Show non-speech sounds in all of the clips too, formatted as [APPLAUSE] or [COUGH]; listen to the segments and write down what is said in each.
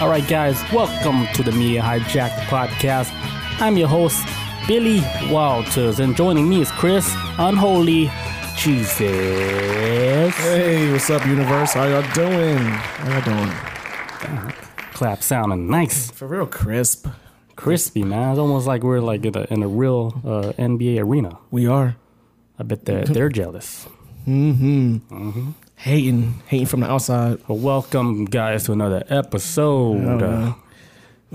All right, guys, welcome to the Media Hijacked podcast. I'm your host, Billy Walters, and joining me is Chris Unholy Jesus. Hey, what's up, universe? How y'all doing? How y'all doing? Clap sounding nice, For real crisp. crispy, man. It's almost like we're like in a, in a real uh, NBA arena. We are I bet they're, they're jealous. hating, hating from the outside. Well, welcome, guys, to another episode. Uh,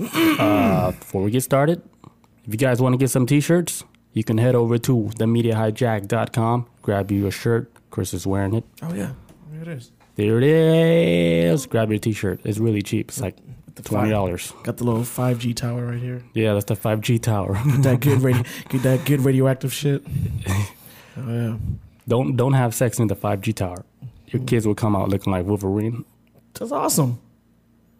uh, before we get started, if you guys want to get some t shirts, you can head over to themediahijack.com, grab you a shirt. Chris is wearing it. Oh yeah, there it is. There it is. Grab your t shirt. It's really cheap. It's like $20. Got the little five G tower right here. Yeah, that's the 5G tower. [LAUGHS] Get that good [LAUGHS] radio, get that good radioactive shit. Oh yeah. don't don't have sex in the 5G tower. Your kids will come out looking like Wolverine. That's awesome.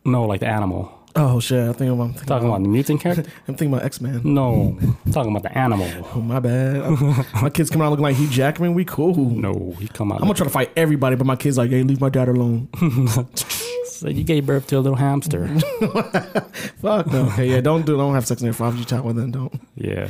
No, like the animal. Oh shit, I think I'm, I'm thinking Talking about the mutant character? [LAUGHS] I'm thinking about X Men. No. Talking about the animal. Oh my bad. [LAUGHS] my kids coming out looking like Hugh Jackman. We cool. No, he come out. I'm gonna try to fight everybody, but my kids like, hey, leave my dad alone. [LAUGHS] So you gave birth to a little hamster. Fuck no. Hey, yeah, don't do, don't have sex in your five G tower. Then don't. [LAUGHS] yeah.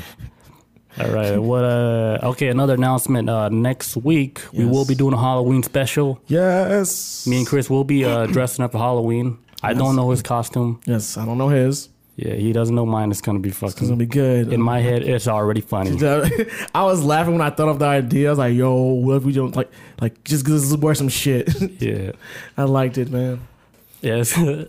All right. What? Uh, okay. Another announcement. Uh, next week we will Yes. be doing a Halloween special. Yes. Me and Chris will be [CLEARS THROAT] uh, dressing up for Halloween. I don't know his costume. Yes, I don't know his. Yeah, he doesn't know mine. It's gonna be It's fucking. gonna be [LAUGHS] good. In my head, it's already funny. [LAUGHS] I was laughing when I thought of the idea. I was like, "Yo, what if we don't like, like, just just wear some shit?" [LAUGHS] [LAUGHS] Yeah. I liked it, man. Yes. I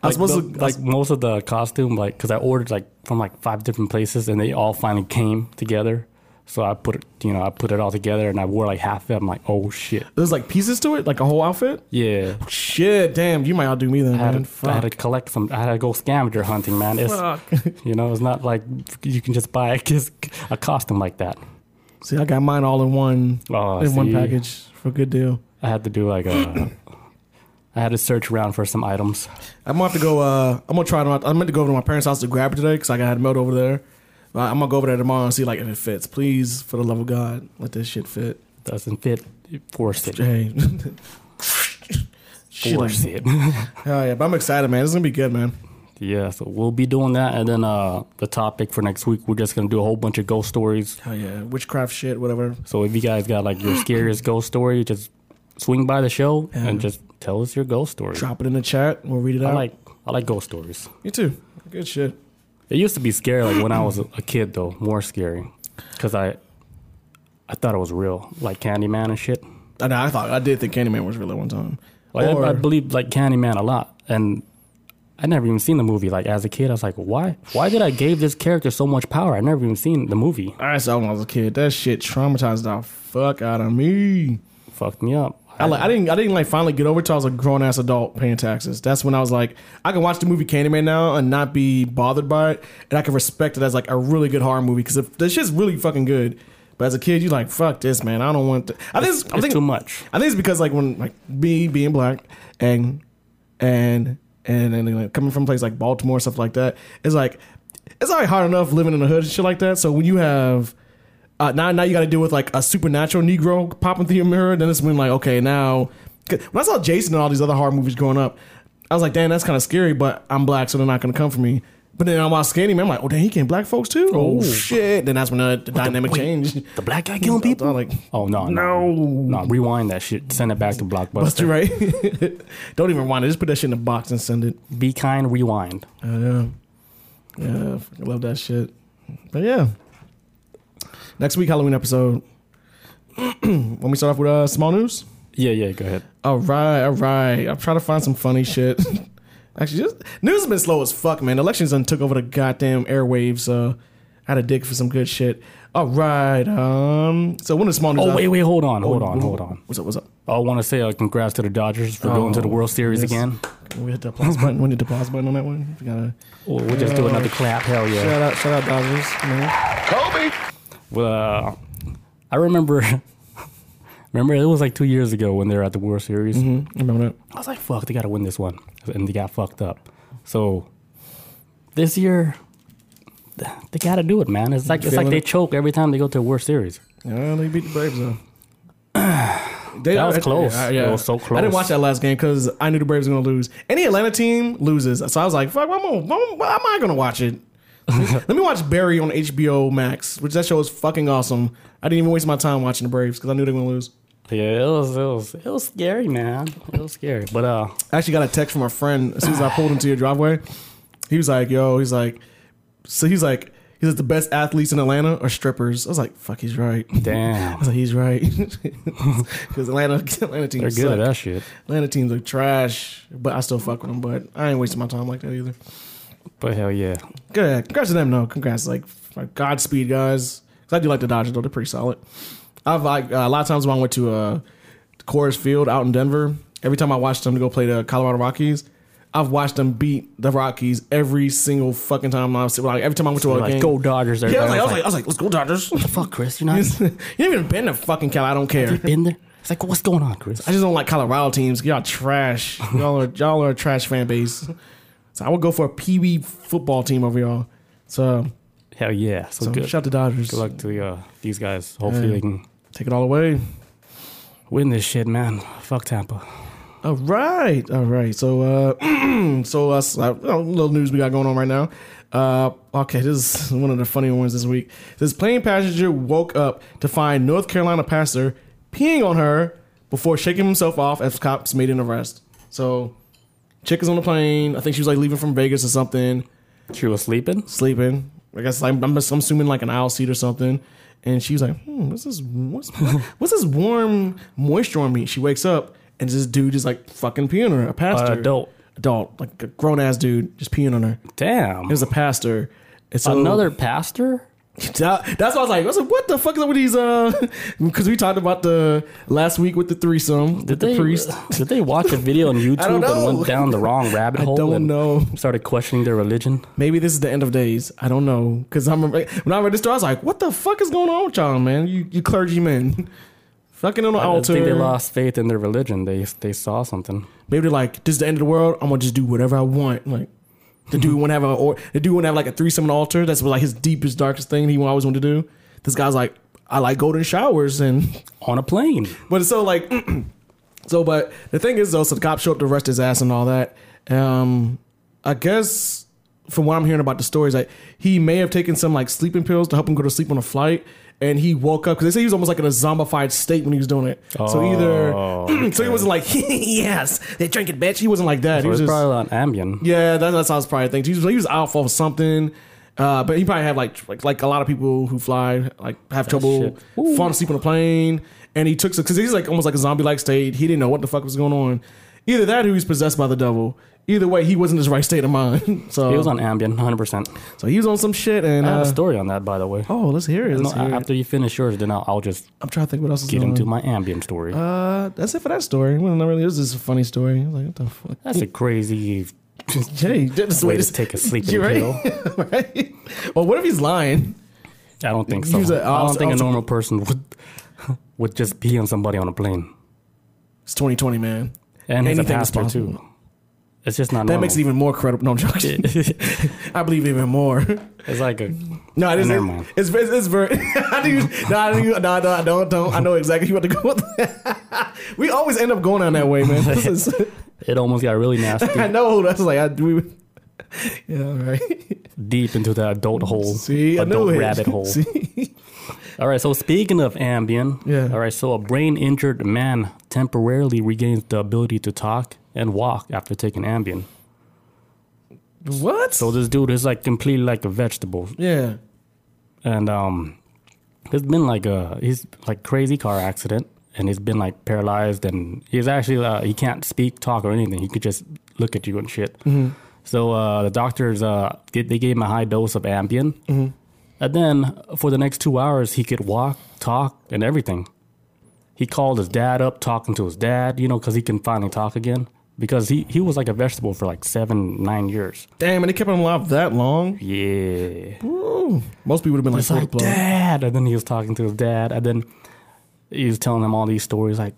I was supposed the, [LAUGHS] to like most of the costume, like because I ordered like from like five different places, and they all finally came together. So I put it, you know, I put it all together, and I wore like half of it. I'm like, oh shit. There's like pieces to it, like a whole outfit. Yeah. Shit, damn, you might outdo me then, I had, man. to, I had Fuck. to collect some. I had to go scavenger hunting, man. It's Fuck. you know, it's not like you can just buy a, kiss, a costume like that. See, I got mine all in one, Oh, in one see. package for a good deal. I had to do like [COUGHS] a. I had to search around for some items. I'm gonna have to go. Uh, I'm gonna try. Them out. I meant to go over to my parents' house to grab it today because I got it mailed over there. But I'm gonna go over there tomorrow and see like if it fits. Please, for the love of God, let this shit fit. Doesn't fit. Force it. Hey. [LAUGHS] Shit, like- Force it. [LAUGHS] Hell yeah, but I'm excited, man. This is gonna be good, man. yeah, so we'll be doing that, and then uh, the topic for next week, we're just gonna do a whole bunch of ghost stories. Hell yeah, witchcraft shit, whatever. So if you guys got like [GASPS] your scariest ghost story, just swing by the show and just tell us your ghost story. Drop it in the chat. We'll read it I out. like I like ghost stories. you too. Good shit. It used to be scary, like when I was a a kid, though, more scary, because I, I thought it was real, like Candyman and shit. I, know, I thought I did think Candyman was real at one time. Like or, I, I believed like Candyman a lot, and I never even seen the movie. Like as a kid, I was like, why, why did I give this character so much power? I never even seen the movie. I saw when I was a kid. That shit traumatized the fuck out of me. Fucked me up. I, like, I didn't. I didn't like finally get over it till I was a grown ass adult paying taxes. That's when I was like, I can watch the movie Candyman now and not be bothered by it, and I can respect it as like a really good horror movie because this shit's really fucking good. But as a kid, you like fuck this, man. I don't want. Th-. I think I it's think too much. I think it's because like when like me being black and and and and like, coming from places like Baltimore stuff like that, it's like it's already hard enough living in the hood and shit like that. So when you have uh, now now you got to deal with like a supernatural Negro popping through your mirror, then it's when like okay now 'cause when I saw Jason and all these other horror movies growing up, I was like damn that's kind of scary, but I'm black so they're not gonna come for me. But then I'm watching Candyman, I'm like, oh, damn, he can black folks too. Oh, Oh. shit! Then that's when the, the dynamic wait. changed. The black guy killing [LAUGHS] I people. thought, like, Oh no, no, no! Rewind that shit. Send it back to Buster, Blockbuster. right? [LAUGHS] Don't even want it. Just put that shit in a box and send it. Be kind. Rewind. I know. Yeah, I fucking love that shit. But yeah, next week Halloween episode. [CLEARS THROAT] when we start off with uh, small news. Yeah, yeah. Go ahead. All right, all right. I'm trying to find some funny shit. [LAUGHS] Actually, just news has been slow as fuck, man. Elections done took over the goddamn airwaves. So I had a dig for some good shit. All right. Um. So one of the small news. Oh I- wait, wait. Hold on, hold on, hold on. What's up? What's up? I want to say uh, congrats to the Dodgers for going to the World Series yes. again. We hit the applause button. We need the applause button on that one. We gotta We'll, we'll just do another clap. Hell yeah. shout out, shout out Dodgers, man. Well, uh, I remember, [LAUGHS] remember it was like two years ago when they were at the World Series. Remember that? Hmm, I was like, fuck, they got to win this one. And they got fucked up. So this year, they got to do it, man. It's like, it's like feeling they it? choke every time they go to a World Series. Yeah, they beat the Braves though. They, [CLEARS THROAT] That was I- close. I- It was so I didn't close. watch that last game because I knew the Braves were going to lose. Any Atlanta team loses, so I was like, "Fuck, I'm gonna, I'm, gonna- I'm not going to [LAUGHS] watch it." Let me watch Barry on HBO Max, which that show is fucking awesome. I didn't even waste my time watching the Braves because I knew they were going to lose. Yeah, it was it was it was scary, man. It was scary, but uh, I actually got a text from a friend as soon as I pulled into your driveway. He was like, "Yo," he's like, "So he's like, he says the best athletes in Atlanta are strippers." I was like, "Fuck, he's right." I damn, was like, "He's right," [LAUGHS] because Atlanta, [LAUGHS] Atlanta they're teams, good at suck. that shit. Atlanta teams are trash. But I still fuck with them. But I ain't wasting my time like that either. But hell yeah, Good, congrats to them. No, congrats. Like, like Godspeed, guys. 'Cause I do like the Dodgers though; they're pretty solid. I've like a lot of times when I went to uh, Coors Field out in Denver. Every time I watched them to go play the Colorado Rockies, I've watched them beat the Rockies every single fucking time. I was like, every time I went to a like game. go Dodgers. yeah, I was, everybody. like, I was like, I was like, let's go Dodgers. [LAUGHS] the fuck, Chris, [LAUGHS] you're not you ain't even been to fucking Cal. I don't care. been there. It's like, what's going on, Chris? I just don't like Colorado teams. Y'all [LAUGHS] trash. Y'all are y'all are a trash fan base. So I would go for a Pee Wee football team over y'all. So, Hell yeah, so, so good. shout the Dodgers. Good luck to uh, these guys. Hopefully they can Take it all away. win this shit, man. Fuck Tampa. All right, all right. So, uh, [CLEARS THROAT] so uh, so, uh, little news we got going on right now. Uh, okay, this is [LAUGHS] one of the funny ones this week. This plane passenger woke up to find North Carolina passenger peeing on her before shaking himself off as cops made an arrest. So, chick is on the plane. I think she was like leaving from Vegas or something, She was sleeping. sleeping. I guess I'm, I'm, I'm assuming like an aisle seat or something. And she was like, hmm, what's this? What's, [LAUGHS] what's this warm moisture on me? She wakes up and this dude is like fucking peeing on her, a pastor Uh, adult. adult, like a grown ass dude, just peeing on her. Damn. It was a pastor. It's Another pastor? [LAUGHS] That, that's what I was like. I was like, what the fuck is up with these? Uh, [LAUGHS] because we talked about the last week with the threesome with Did they, the priest. [LAUGHS] did they watch a video on [LAUGHS] don't YouTube and know. went down the [LAUGHS] wrong rabbit hole don't and know. started questioning their religion? Maybe this is the end of days. I don't know. Because I'm when I read this story, I was like, what the fuck is going on with y'all, man? You you clergymen, [LAUGHS] fucking on the I altar. think they lost faith in their religion. They they saw something. Maybe they're like, this is the end of the world. I'm gonna just do whatever I want. Like the dude want to have a or the dude want to have like a threesome on the altar. That's like his deepest, darkest thing he always wanted to do. This guy's like, I like golden showers and On a plane. but it's so like [CLEARS THROAT] so but the thing is though, so the cops show up to arrest his ass and all that. Um I guess from what I'm hearing about the stories, like he may have taken some like sleeping pills to help him go to sleep on a flight. And he woke up because they say he was almost like in a zombified state when he was doing it. so either, [CLEARS THROAT] so he wasn't like, [LAUGHS] yes, they drink it, bitch. He wasn't like that. he It was was just, probably on Ambien. yeah, that, that's how I was probably thinking. He was, he was off of something, uh, but he probably had like, like like a lot of people who fly like have trouble shit. Ooh. falling asleep on a plane. And he took because he's like almost like a zombie like state. He didn't know what the fuck was going on. Either that, or he was possessed by the devil. Either way, he wasn't in his right state of mind. [LAUGHS] so He was on Ambien, 100%. so he was on some shit. And I have a uh, story on that, by the way. oh, let's hear it. No, Let's hear it. after you finish yours, then I'll, I'll just I'm trying to think what else is get going into on. my Ambien story. Uh, that's it for that story. Well, not really. This is a funny story. I was like, what the fuck? That's a crazy Jay, just way wait. to take a sleeping [LAUGHS] You right? pill. [LAUGHS] right? Well, what if he's lying? I don't think so. Use a- I I'll- don't think a I'll- normal person would [LAUGHS] would just pee on somebody on a plane. It's 2020, man. And he's a Anything is pastor possible. too. It's just not That normal. makes it even more credible. No, I'm [LAUGHS] joking. [LAUGHS] I believe even more. [LAUGHS] it's like a No, it is. Never mind. It's, it's, it's very. [LAUGHS] I do. [LAUGHS] No, I do. No, no, I don't. Don't. I know exactly what to go with. [LAUGHS] we always end up going down that way, man. This is, [LAUGHS] it almost got really nasty I [LAUGHS] know. That's like I do. [LAUGHS] Yeah, all right. deep into the adult hole. [LAUGHS] See, I adult know it. rabbit hole. See? All right, so speaking of Ambien, Yeah. All right, so a brain injured man temporarily regains the ability to talk and walk after taking Ambien. What? So this dude is like completely like a vegetable. yeah. and um, it's been like a he's like crazy car accident, and he's been like paralyzed, and he's actually uh, he can't speak, talk, or anything. He could just look at you and shit. So uh, the doctors uh, get, they gave him a high dose of Ambien, and then for the next two hours he could walk, talk, and everything. He called his dad up, talking to his dad, you know, because he can finally talk again. Because he, he was like a vegetable for like seven, nine years. Damn, and they kept him alive that long. Yeah. Ooh. Most people would have been like, It's like "Fuck, bro." dad, and then he was talking to his dad, and then he was telling him all these stories like,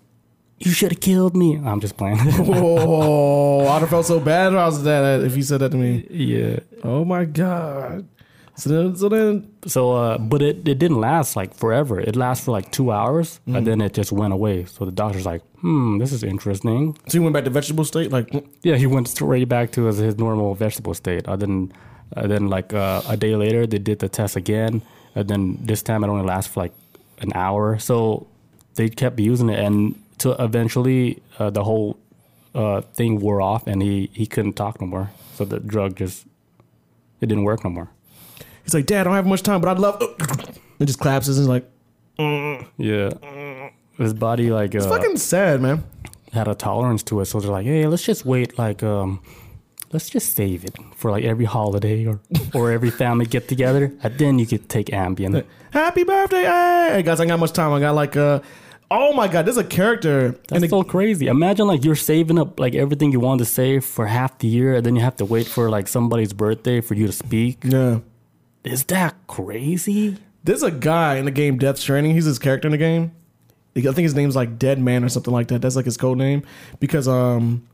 "You should have killed me." I'm just playing. [LAUGHS] [LAUGHS] "Oh, I'd have felt so bad if I was that if you said that to me." yeah, Oh my god. So then, so then So, uh, but it, it didn't last like forever. It lasted for like two hours, and then it just went away. So the doctor's like, "Hmm, this is interesting." so you went back to vegetable state. Like, mm, Yeah, he went straight back to his, his normal vegetable state. And then, and then like uh, a day later, they did the test again. And then this time it only lasted for like an hour. So they kept using it, and to eventually uh, the whole uh, thing wore off, and he he couldn't talk no more. So the drug just it didn't work no more. he's like, Dad, I don't have much time, but I'd love. It just collapses and he's like, Yeah, his body like uh, fucking sad, man. had a tolerance to it. So they're like, hey, let's just wait, like, um, let's just save it for like every holiday or, [LAUGHS] or every family get together. And then you could take Ambien. Happy birthday, hey guys! I ain't got much time. I got like uh Oh my god, there's a character in That's the so crazy. Imagine like you're saving up like everything you want to save for half the year, and then you have to wait for like somebody's birthday for you to speak. yeah. Is that crazy? There's a guy in the game Death Stranding. He's his character in the game. I think his name's like Dead Man or something like that. That's like his code name because um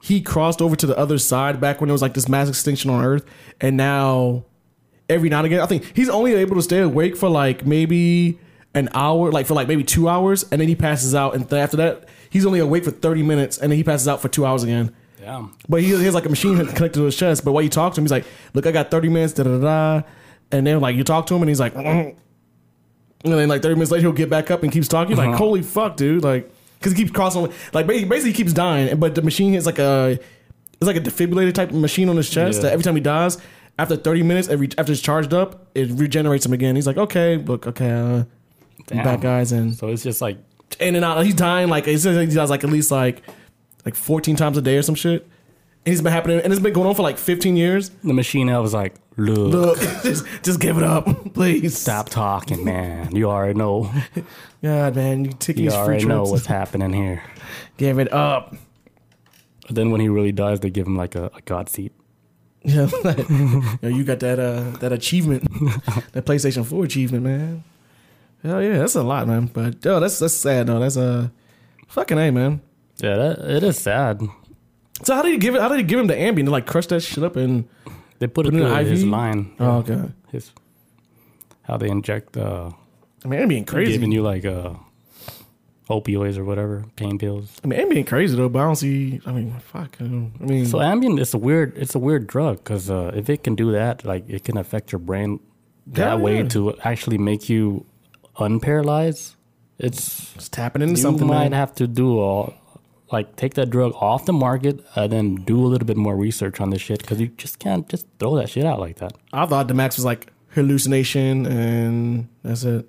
he crossed over to the other side back when there was like this mass extinction on Earth, and now every now and again, I think he's only able to stay awake for like maybe an hour, like for like maybe two hours, and then he passes out. And th- after that, he's only awake for thirty minutes, and then he passes out for two hours again. Damn. But he, he has like a machine connected to his chest. But while you talk to him, he's like, "Look, I got thirty minutes." Da da da. da." And then like you talk to him, and he's like, "Mm." and then like thirty minutes later, he'll get back up and keeps talking. Uh-huh. Like, holy fuck, dude! Like, because he keeps crossing, like ba- basically he keeps dying. But the machine is like a, it's like a defibrillator type machine on his chest Yeah. that every time he dies, after thirty minutes, every after it's charged up, it regenerates him again. He's like, okay, look, okay, uh, Damn. back guys, and So it's just like, in and out. He's dying like he says he dies like at least like like fourteen times a day or some shit. And it's been happening, and it's been going on for like fifteen years. the machine I was like, look. Look, [LAUGHS] just just give it up, [LAUGHS] please. Stop talking, man. You already [LAUGHS] know. God, man, you taking You these free already know trips. what's happening here. Give it up. [LAUGHS] But then when he really dies, they give him like a, a god seat. Yeah, like, yo, you got that uh [LAUGHS] that achievement, that PlayStation Four achievement, man. Hell yeah, that's a lot, man. But yo, that's that's sad though. That's a fucking a man. Yeah, that, it is sad. So how did you give it? How did you give him the ambient to like crush that shit up and? They put, it in through an his IV? line. Oh okay. His how they inject uh I mean, ambient crazy. giving you like uh opioids or whatever, pain pills. I mean, Ambien crazy though, but I don't see. I mean, fuck. I, don't- I mean, So Ambien it's a weird it's a weird drug because uh, if it can do that, like it can affect your brain that Yeah, way yeah. to actually make you unparalyzed. It's it's tapping into you something. might man. have to do all like take that drug off the market and then do a little bit more research on this shit because you just can't just throw that shit out like that. I thought the max was like hallucination, and that's it.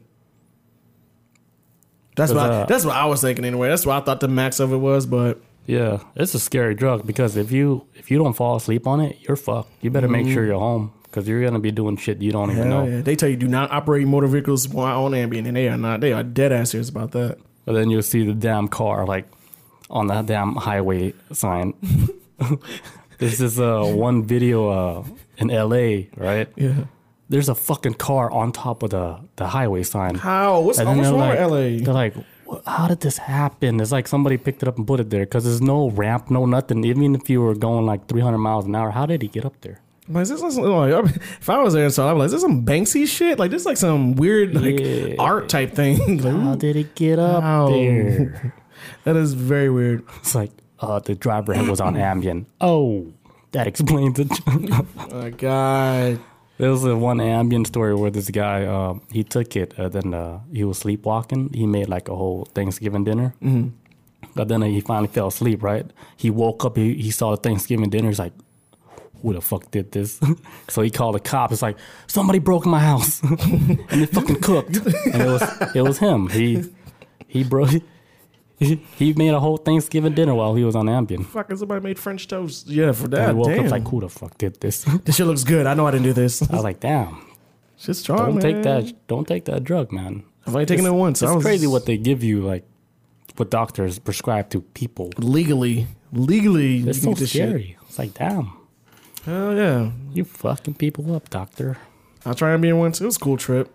That's what. I, uh, that's what I was thinking anyway. That's what I thought the max of it was, but Yeah, it's a scary drug because if you if you don't fall asleep on it, you're fucked. You better make sure you're home because you're gonna be doing shit you don't even Mm-hmm. hell know. yeah. they tell you do not operate motor vehicles while on Ambien, and they are not. They are dead ass serious about that. But then you'll see the damn car like on that damn highway sign. [LAUGHS] this is uh, one video uh, in L.A. Right? Yeah. There's a fucking car on top of the the highway sign. How? What's, what's And then wrong they're like, with LA? They're like, "Wha- how did this happen? It's like somebody picked it up and put it there because there's no ramp, no nothing. Even if you were going like 300 miles an hour, how did he get up there? I'm Like, is this is some- like, if I was there and saw, it, I'm like, is this some Banksy shit? Like, this is like some weird like Yeah. art type thing. [LAUGHS] like, How did it get up Ow. there? [LAUGHS] that is very weird. It's like uh, the driver was on Ambien. Oh, that explains it. Oh God. there was a one Ambien story where this guy uh, he took it, uh, then uh, he was sleepwalking. He made like a whole Thanksgiving dinner, Mm-hmm. but then uh, he finally fell asleep. Right? He woke up. He, he saw the Thanksgiving dinner. He's like. Who the fuck did this? [LAUGHS] so he called the cops. It's like somebody broke my house [LAUGHS] and they fucking cooked. And it was it was him. He [LAUGHS] he broke. He, he made a whole Thanksgiving dinner while he was on Ambien. Fucking somebody made French toast. Yeah, for I that. woke damn. up like, who the fuck did this? [LAUGHS] this shit looks good. I know I didn't do this. I was like, damn, Shit's strong. don't Oh, man. take that, don't take that drug, man. I've only taken it once. It's I was crazy what they give you, like what doctors prescribe to people. legally, legally. you It's can so get this shit. scary. It's like, damn, Hell yeah. you fucking people up, doctor. I tried being once. It was a cool trip.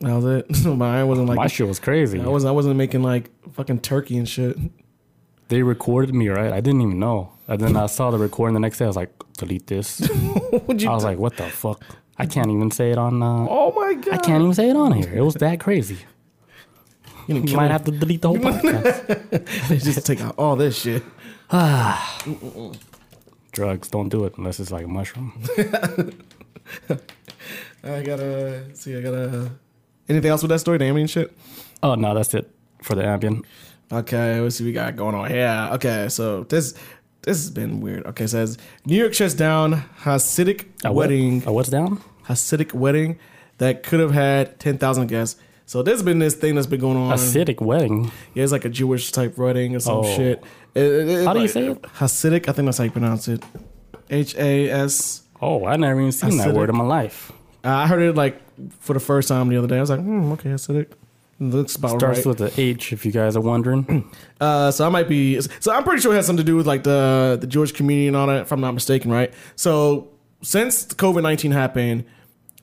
That was it. [LAUGHS] My I wasn't My like shit was crazy. I was I wasn't making like fucking turkey and shit. [LAUGHS] they recorded me, right? I didn't even know. And then I saw the recording the next day. I was like, delete this. What'd you I was like, what the fuck? I can't even say it on. Uh, Oh my god! I can't even say it on here. It was that crazy. You didn't You kill might me. have to delete the whole [LAUGHS] podcast. [LAUGHS] They just take out all this shit. Drugs don't do it unless it's like a mushroom. I gotta see. I gotta. Anything else with that story? The Ambien shit. Oh no, that's it for the Ambien. Okay, let's see what we got going on here. Okay, so this this has been weird. Okay, it says New York shuts down Hasidic A what- wedding. A what's down? Hasidic wedding that could have had ten thousand guests. So there's been this thing that's been going on. Acidic wedding. Yeah, it's like a Jewish type wedding or some Oh. shit. It- it- it- How do you like- say it? Hasidic. I think that's how you pronounce it. H A S. Oh, I never even seen that Acidic. word in my life. I heard it like for the first time the other day. I was like, hmm, okay, Hasidic. Looks about Starts right. with the H, if you guys are wondering. [CLEARS THROAT] Uh, so I might be. So I'm pretty sure it has something to do with like the the Jewish community and all that, if I'm not mistaken, right? So since COVID nineteen happened,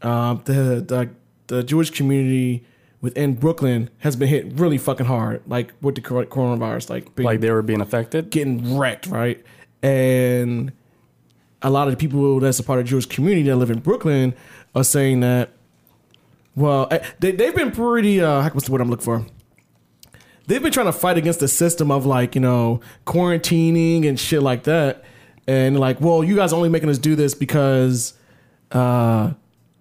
um, the, the the Jewish community within Brooklyn has been hit really fucking hard, like with the cor- coronavirus, like being, like they were being affected. getting wrecked, right? And a lot of the people that's a part of the Jewish community that live in Brooklyn are saying that. Well, eh, they they've been pretty. Uh, what's the word I'm looking for? They've been trying to fight against the system of like you know quarantining and shit like that, and like, well, you guys are only making us do this because, uh,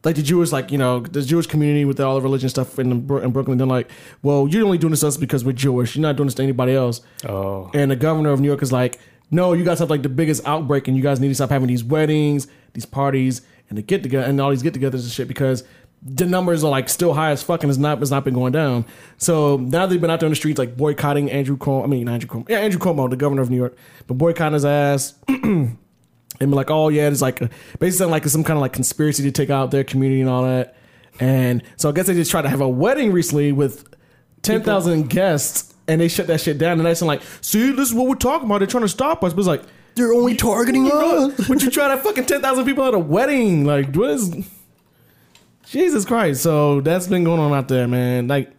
like the Jewish like you know the Jewish community with all the religion stuff in, Bro- in Brooklyn, they're like, well, you're only doing this to us because we're Jewish. You're not doing this to anybody else Oh, and the governor of New York is like, no, you guys have like the biggest outbreak, and you guys need to stop having these weddings, these parties, and the get together and all these get-togethers and shit because the numbers are like still high as fuck, and it's not it's not been going down. So now they've been out there on the streets like boycotting Andrew Cuomo. I mean not Andrew Cuomo, yeah, Andrew Cuomo, the governor of New York, but boycotting his ass. [CLEARS THROAT] And be like, oh yeah, it's like a, basically sound like it's some kind of like conspiracy to take out their community and all that. And so I guess they just tried to have a wedding recently with ten thousand guests, and they shut that shit down. And that's like, see, this is what we're talking about. They're trying to stop us, but it's like they're only targeting [LAUGHS] but you try to fucking ten thousand people at a wedding. Like what is [LAUGHS] Jesus Christ? So that's been going on out there, man. Like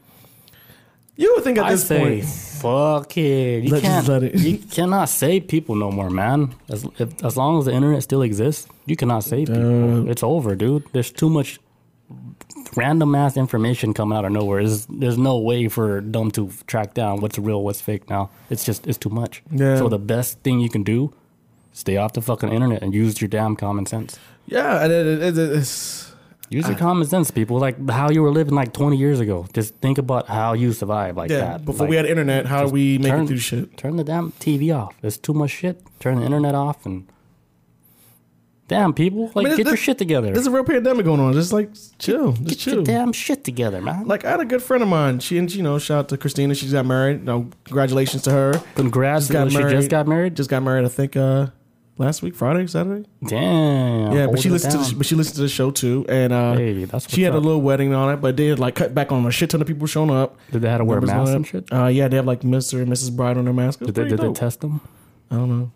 you would think at I this say, point, fuck it. You Let- can't. just let it. you cannot save people no more, man. As if, as long as the internet still exists, you cannot save people. It's over, dude. There's too much random ass information coming out of nowhere. There's, there's no way for them to track down what's real, what's fake. Now it's just it's too much. Yeah. So the best thing you can do, stay off the fucking internet and use your damn common sense. yeah, and it, it, it, it's Use Uh, your common sense, people. Like how you were living like 20 years ago. Just think about how you survived like yeah. that. before Like, we had internet, how do we make turn- it through shit? Turn the damn TV off. There's too much shit. Turn the internet off and damn people, like mean, get this- your shit together. There's a real pandemic going on. Just like chill, just get your chill. damn shit together, man. Like I had a good friend of mine. She and you know, shout out to Christina. She got married. No, congratulations to her. Congrats, just got she just married. got married. Just got married. I think uh last week, Friday, Saturday. damn. Yeah, but she hold it listened to the, down. but she listened to the show too, and uh, Hey, that's she what's had a up. little wedding on it. But they had like cut back on a shit ton of people showing up. Did they have to wear Numbers on masks it. and shit? Uh, yeah, they have like Mister and Mrs. Bride on their mask. It was Did they, pretty did they dope. test them? I don't know.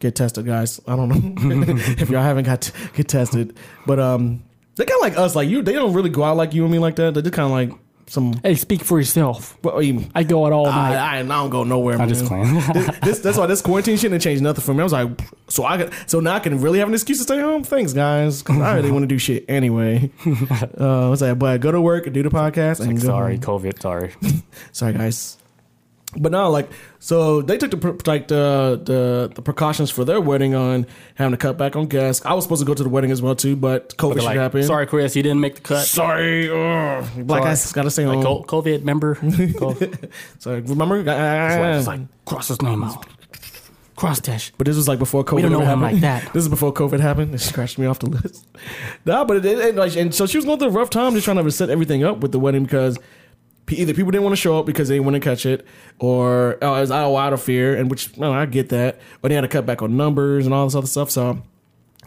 Get tested, guys. I don't know [LAUGHS] if y'all haven't got t- get tested, but um, they kind of like us. Like you, they don't really go out like you and me like that. They just kind of like some. Hey, speak for yourself. Well, I mean, I go out all night. I, I, I don't go nowhere. I'm just playing. [LAUGHS] this, this, that's why this quarantine shit didn't change nothing for me. I was like, so I could, so now I can really have an excuse to stay home. Thanks, guys. 'cause I really want to do shit anyway. [LAUGHS] Uh, I was like, but go to work and do the podcast. And go sorry, home. COVID. Sorry. sorry, guys. But no, like, so they took the pre- like the, the the precautions for their wedding on having to cut back on guests. I was supposed to go to the wedding as well too, but COVID shit Like, happened. sorry, Chris, you didn't make the cut. sorry, ugh. black Sorry. ass gotta say Like, on. co- COVID member. Co- [LAUGHS] Sorry, remember? Ehm. It's like cross his name out. Cross dash. But this was like before COVID. don't know ever him like happened. that. [LAUGHS] This is before COVID happened. It scratched me off the list. [LAUGHS] nah, but it, it, it- like, and so she was going through a rough time just trying to set everything up with the wedding because pe- either people didn't want to show up because they didn't want to catch it, or oh, it was oh, out of fear, and which no, I get that. But they had to cut back on numbers and all this other stuff. So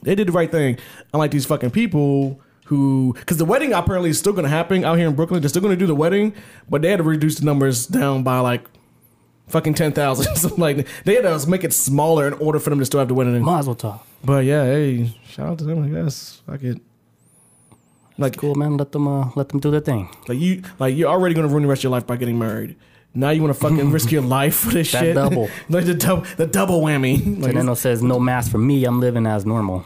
they did the right thing. Unlike these fucking people who, because the wedding apparently is still going to happen out here in Brooklyn. They're still going to do the wedding, but they had to reduce the numbers down by like fucking 10,000. [LAUGHS] Something like that. They had to make it smaller in order for them to still have the wedding. Mazel tov. But yeah, hey, shout out to them, I guess. Fuck it. Like, Cool man. Let them uh, let them do their thing. like you, like you're already gonna ruin the rest of your life by getting married. Now you want to fucking risk [LAUGHS] your life for this That shit? [LAUGHS] double. like the double, the double whammy. [LAUGHS] Like, Teneno says no mask for me. I'm living as normal.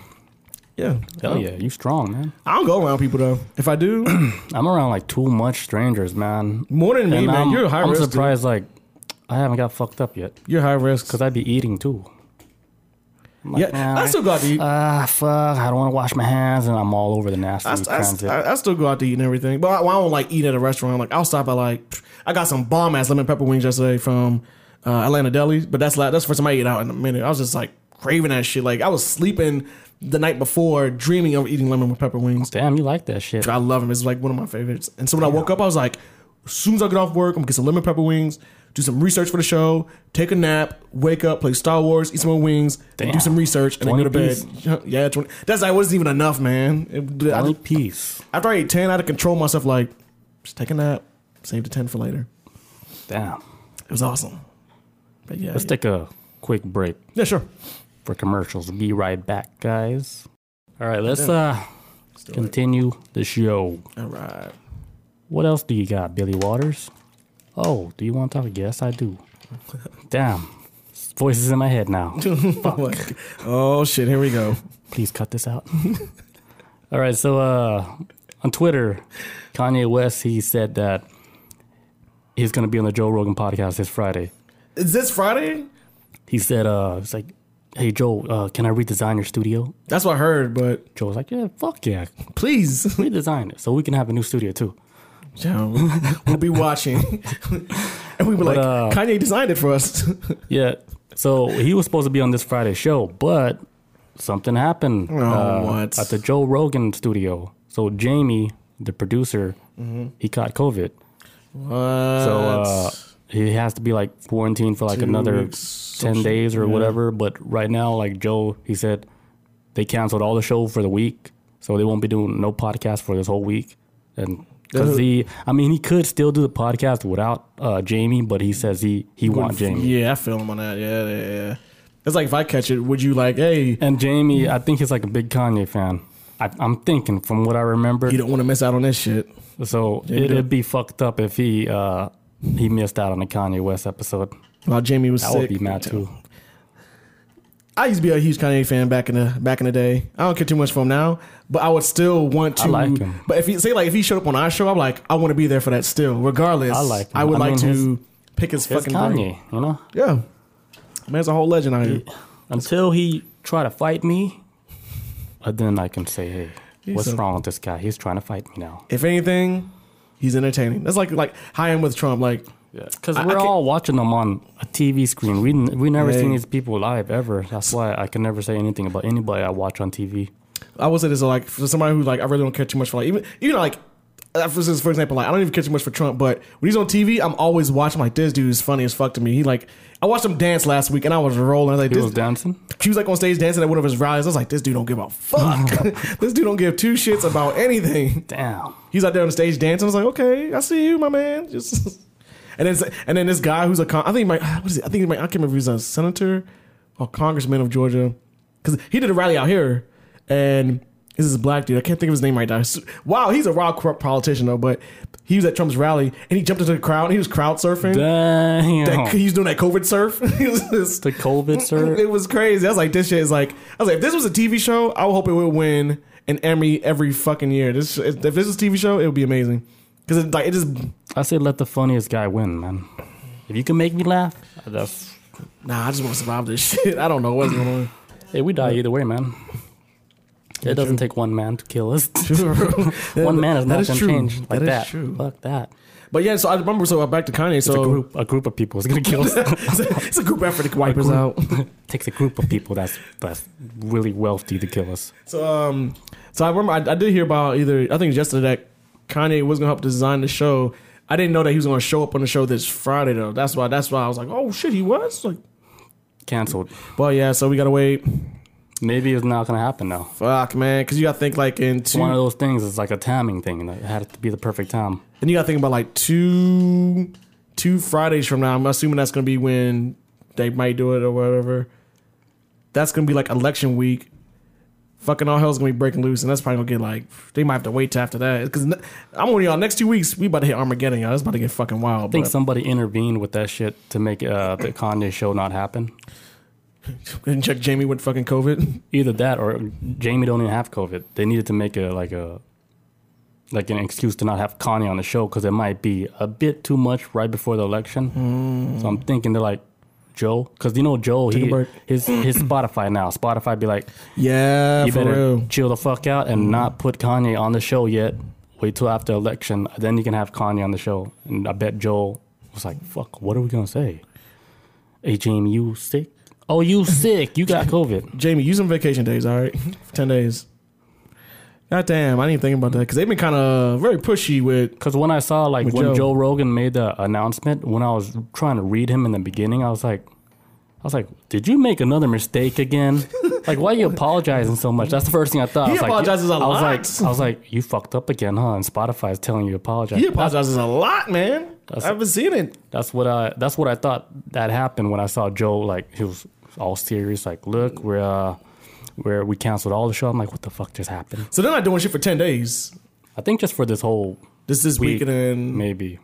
Yeah. Hell yeah, you strong, man. I don't go around people though. If I do, [CLEARS THROAT] I'm around like too much strangers, man. more than me, And man. I'm, you're high I'm risk. dude. surprised, like, I haven't got fucked up yet. You're high risk. Because I'd be eating too. I'm like, yeah, man, I still go out to eat. Ah, fuck. I don't want to wash my hands, and I'm all over the nasty I, transit. I- I- I still go out to eat and everything, but I, well, I don't like eat at a restaurant. Like I'll stop at like pfft, I got some bomb ass lemon pepper wings yesterday from uh, Atlanta Deli, but that's like that's the first time I ate out in a minute. I was just like craving that shit. Like I was sleeping the night before, dreaming of eating lemon pepper wings. Damn, you like that shit. I love them. It's like one of my favorites. And so when I woke up, I was like, as soon as I get off work, I'm gonna get some lemon pepper wings, do some research for the show, take a nap, wake up, play Star Wars, eat some more wings, then do Damn. some research, and then go to 20 bed. [LAUGHS] Yeah, 20. that's that wasn't even enough, man. It- I- Only piece. after I ate 10, I had to control myself, like, just take a nap, save the 10 for later. Damn. It was awesome. But yeah. Let's yeah. take a quick break yeah, sure. for commercials. Be right back, guys. All right, let's uh do it. continue the show. All right. [LAUGHS] What else do you got, Billy Waters? Oh, do you want to talk? Yes, I do. Damn. Voices in my head now. Like, oh, shit. Here we go. please cut this out. [LAUGHS] All right, so uh, on Twitter, Kanye West he said that he's going to be on the Joe Rogan podcast this Friday. Is this Friday? He said, uh, "It's like, hey Joe, uh, can I redesign your studio?" That's what I heard, but Joe was like, "Yeah, fuck yeah, please. [LAUGHS] redesign it so we can have a new studio too." Yo, we'll be watching. [LAUGHS] and we were like, uh, Kanye designed it for us. [LAUGHS] Yeah. So he was supposed to be on this Friday show, but something happened Oh, uh, what? at the Joe Rogan studio. So Jamie, the producer, Mm-hmm. he caught COVID. what? So uh, he has to be like quarantined for like Two another weeks, ten some days or shit, yeah. whatever. But right now, like Joe, he said they canceled all the show for the week, so they won't be doing no podcast for this whole week. And because Doesn't- he, I mean, he could still do the podcast without uh, Jamie, but he says he he want Jamie. Yeah, I feel him on that. Yeah, yeah, yeah. It's like if I catch it, would you like, hey, And Jamie, I think he's like a big Kanye fan. I, I'm thinking from what I remember. you don't want to miss out on this shit? So Jamie it'd don't- be fucked up if he uh, he missed out on the Kanye West episode. While Jamie was I sick. would be mad too. I used to be a huge Kanye fan back in the back in the day. I don't care too much for him now, but I would still want to. I like him. But if he say like if he showed up on our show, I'm like I want to be there for that still. Regardless, I like him. I would I like mean, to pick his It's fucking brain. Kanye, you know. Yeah, man's a whole legend out here. until he try to fight me, uh, then I can say, hey, what's a- wrong with this guy? He's trying to fight me now. If anything, he's entertaining. That's like like high end with Trump. Like Because I- I we're can't- all watching them on a TV screen. We n- we never seen Hey. these people live ever. That's why I can never say anything about anybody I watch on TV. I would say this like for somebody who like I really don't care too much for like even even like uh, for instance, for example, like I don't even care too much for Trump, but when he's on TV, I'm always watching like this dude's funny as fuck to me. He like I watched him dance last week and I was rolling. I was like He this was dancing. He was like on stage dancing at one of his rallies. I was like, this dude don't give a fuck. [LAUGHS] this dude don't give two shits about anything. Damn. He's out there on the stage dancing. I was like, okay, I see you, my man. [LAUGHS] Just and then and then this guy who's a con- I think he might ah, what is it? I think he might I can't remember if he's a senator or congressman of Georgia because he did a rally out here and this is a black dude. I can't think of his name right now. S- Wow, he's a wild corrupt politician though. But he was at Trump's rally and he jumped into the crowd. and He was crowd surfing. Damn. That- he was doing that COVID surf. [LAUGHS] he was just the COVID, [LAUGHS] sir. [LAUGHS] it was crazy. I was like, this shit is like, I was like, if this was a TV show, I would hope it would win an Emmy every fucking year. This, if this was a TV show, it would be amazing because it, like, it just, I say let the funniest guy win, man. If you can make me laugh, that's nah, I just want to survive this [LAUGHS] shit. I don't know what's going on. hey, we die either way, man. It doesn't take one man to kill us. [LAUGHS] one man is That not is going to true. change like That is that. true. Fuck that. But yeah, so I remember. So back to Kanye. So a [LAUGHS] group a group of people is gonna [LAUGHS] kill us. it's, a, it's a group effort to wipe us out. [LAUGHS] Takes a group of people that's that's really wealthy to kill us. So um, so I remember I, I did hear about either I think it was yesterday that Kanye was gonna help design the show. I didn't know that he was gonna show up on the show this Friday though. That's why. That's why I was like, oh shit, he was like. Cancelled. Well, yeah. So we gotta wait. Maybe it's not gonna happen now. Fuck, man, because you gotta think like in It's two, one of those things. It's like a timing thing. and It had to be the perfect time. and you gotta think about like two, two Fridays from now. I'm assuming that's gonna be when they might do it or whatever. That's gonna be like election week. Fucking all hell's gonna be breaking loose, and that's probably gonna get like they might have to wait till after that. Because I'm on y'all next two weeks, we about to hit Armageddon, y'all. It's about to get fucking I wild. think but- somebody intervened with that shit to make uh, the Kanye show not happen. and check Jamie with fucking COVID. [LAUGHS] Either that or Jamie don't even have COVID. They needed to make a like a like an excuse to not have Kanye on the show because it might be a bit too much right before the election. So I'm thinking they're like Joe, because you know Joe, Take a he, break. his [CLEARS THROAT] his Spotify now. Spotify be like, Yeah, you for better real. chill the fuck out and not put Kanye on the show yet. Wait till after election, then you can have Kanye on the show. And I bet Joel was like, "Fuck, what are we gonna say?" Hey Jamie, you sick? Oh, you sick? You [LAUGHS] got COVID? Jamie, use some vacation days, all [LAUGHS] right? Ten days. God damn, I didn't even think about that because they've been kind of very pushy with. Because when I saw like With when Joe. Joe. Rogan made the announcement, when I was trying to read him in the beginning, I was like, I was like, did you make another mistake [LAUGHS] again? like, why are you apologizing so much? That's the first thing I thought. He I was apologizes a like, I was lot. like, I was like, you fucked up again, huh? And Spotify is telling you to apologize. He apologizes a lot, man. I That's- haven't seen it. That's what I. That's what I thought that happened when I saw Joe. Like he was all serious. Like, look, we're uh, we're we canceled all the show. I'm like, what the fuck just happened? So they're not doing shit for ten days. I think just for this whole This this Week. week and then maybe.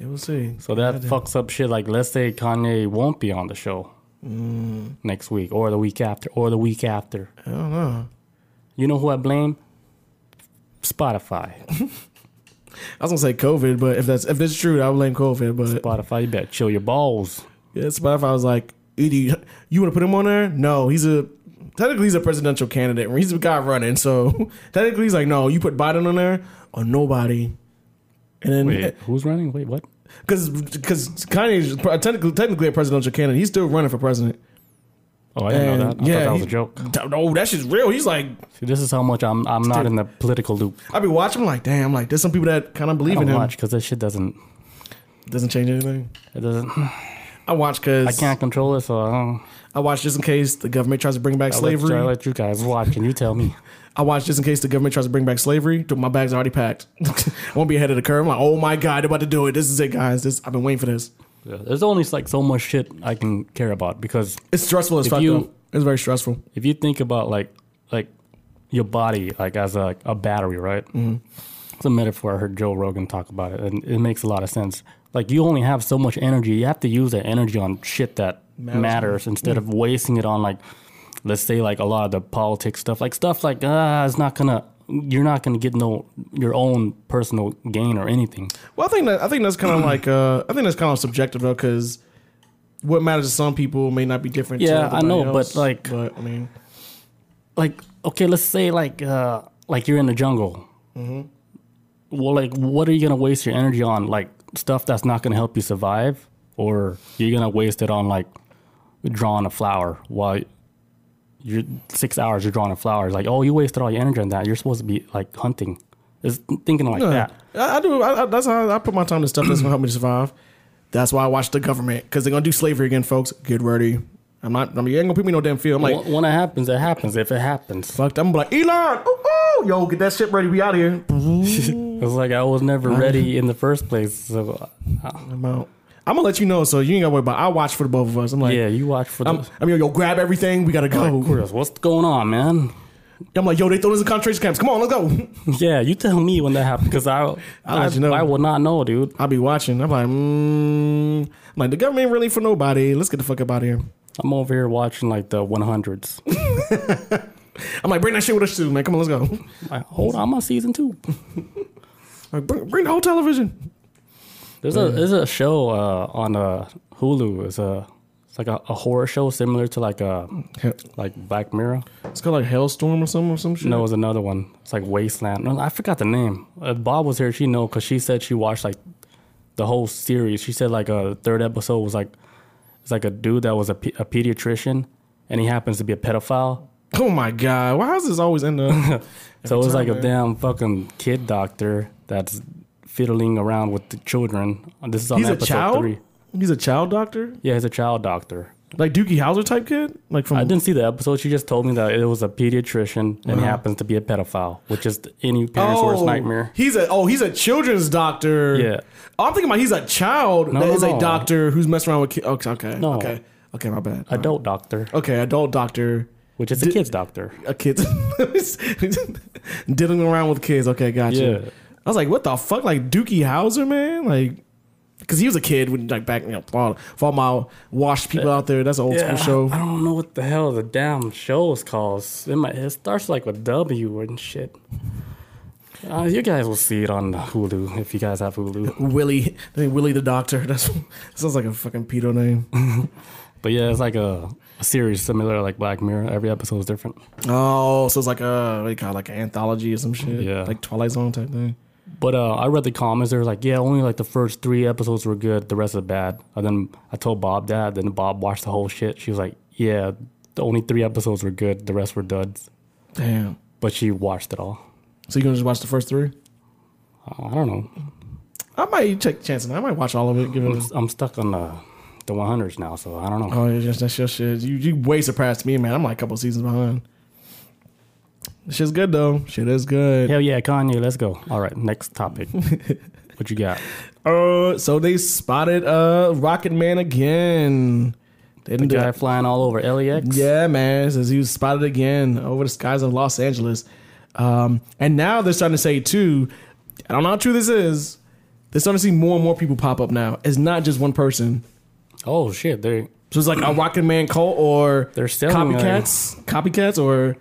yeah, we'll see. So that fucks up shit. Like, let's say Kanye won't be on the show next week, or the week after, or the week after. Mm. I don't know. You know who I blame? Spotify. I was gonna say COVID, but if that's if that's true, I would blame COVID. But Spotify, you better chill your balls. yeah, Spotify was like, "Idiot, you, want to put him on there? No, he's a technically he's a presidential candidate. He's a guy running, so [LAUGHS] technically he's like, no, you put Biden on there or nobody. And then eh, Wait, who's running? Wait, what? because because Kanye is pro- technically technically a presidential candidate. He's still running for president. Oh, I didn't know And, that. I thought that was he- a joke. D- No, that shit's real. He's like, See, this is how much I'm I'm not in the political loop. I be watching. I'm like, damn. Like, there's some people that kind of believe I in don't him. watch because this shit doesn't. Doesn't change anything. It doesn't. I watch because I can't control it, so I don't. I watch just in case the government tries to bring back I let, slavery. I let you guys watch and you tell me. [LAUGHS] I watch just in case the government tries to bring back slavery. Dude, my bag's already packed. [LAUGHS] I won't be ahead of the curve. I'm like, oh my god, they're about to do it. This is it, guys. This I've been waiting for this. Yeah, There's only like so much shit I can care about because It's stressful as If fuck. you- though. It's very stressful. if you think about like like your body like as a, a battery right it's a metaphor i heard joe rogan talk about it and it makes a lot of sense like you only have so much energy you have to use that energy on shit that matters, instead of wasting it on like let's say like a lot of the politics stuff like stuff like ah it's not gonna you're not gonna get no your own personal gain or anything Well, I think that I think [CLEARS THROAT] that's kind of like uh, I think that's kind of subjective though, because what matters to some people may not be different. to Yeah, I everybody know, but, else. like- but I mean, like okay let's say like uh like you're in the jungle Mm-hmm. well like what are you gonna waste your energy on like stuff that's not gonna help you survive or you're gonna waste it on like drawing a flower while you're six hours you're drawing a flower it's like oh you wasted all your energy on that you're supposed to be like hunting it's thinking like yeah, that I, I do. I, I, that's how I put my time to stuff that's gonna help me to survive. That's why I watch the government because they're gonna do slavery again, folks. Get ready. I'm not. I mean, you ain't gonna put me in no damn field. I'm like, Wh- when it happens it happens if it happens fucked. I'm gonna be like, Elon, ooh, ooh, yo, get that shit ready. We out here. it's like i was never ready in the first place so uh, I'm out. I'm gonna let you know, so you ain't gotta worry about. I watch for the both of us. I'm like, yeah you watch for the I'm, I'm yo, yo, grab everything. We gotta go. Chris, what's going on man I'm like, yo, they throw us in concentration camps. Come on, let's go. [LAUGHS] Yeah, you tell me when that happens because I, I, let you know. I will not know, dude. I'll be watching. I'm like, mm. I'm like, the government ain't really for nobody. Let's get the fuck up out of here. I'm over here watching like the 100s. I'm like, bring that shit with us too, man. Come on, let's go. [LAUGHS] Like, hold on, I'm on season two. Like, bring, bring the whole television. There's a there's a show uh, on uh, Hulu. It's a it's like a, a horror show similar to like a Hell- like Black Mirror. It's called like Hellstorm or something or some shit. No, it was another one. It's like Wasteland. No, I forgot the name. Uh, Bob was here. She know because she said she watched like the whole series. She said like a third episode was like it's like a dude that was a, pe- a pediatrician and he happens to be a pedophile. Oh my god, why does this [LAUGHS] always end up? So it was like time, a man. damn fucking kid doctor that's fiddling around with the children. This is on He's a episode child. three. He's a child doctor, Yeah, he's a child doctor. like Doogie Howser type kid, like from I didn't see the episode. She just told me that it was a pediatrician and he happens to be a pedophile, which is any parent's worst nightmare. He's a oh, he's a children's doctor. Yeah. Oh, I'm thinking about he's a child that no, is a no. doctor who's messing around with kids. Okay, okay, No. okay, okay. My bad. Adult doctor, Okay, adult doctor, which is a kid's doctor. a kid [LAUGHS] diddling around with kids. Okay, gotcha. Yeah. I was like, what the fuck, like Dookie Howser, man, like because he was a kid when like back you know for all, for all my washed people out there. That's an old Yeah, I school show. don't know what the hell the damn show is called. It, might, it starts like with W and shit. Uh, you guys will see it on Hulu if you guys have Hulu. Willie, I think Willie the Doctor. [LAUGHS] That's sounds like a fucking pedo name. But yeah, it's like a, a series similar to like Black Mirror. Every episode is different. Oh, so it's like a what do you call it, like an anthology or some shit. Yeah. like Twilight Zone type thing. But uh, I read the comments. They were like, "Yeah, only like the first three episodes were good. The rest are bad." And then I told Bob that. Then Bob watched the whole shit. She was like, "Yeah, the only three episodes were good. The rest were duds." Damn. But she watched it all. So you gonna just watch the first three? Uh, I don't know. I might check chances. I might watch all of it. Give it. I'm, A, I'm stuck on the the 100s now, so I don't know. oh, yeah, that's your shit. You you way surpassed me, man. I'm like a couple seasons behind. Shit's good though. Shit is good. Hell yeah, Kanye, let's go. All right, next topic. what you got? Uh, so they spotted uh Rocket Man again. They The didn't do guy that. flying all over LAX. Yeah, man. It Says he was spotted again over the skies of Los Angeles. Um, and now they're starting to say too. I don't know how true this is. They're starting to see more and more people pop up now. It's not just one person. Oh shit, they So it's like a Rocket Man cult or They're selling, copycats, copycats, or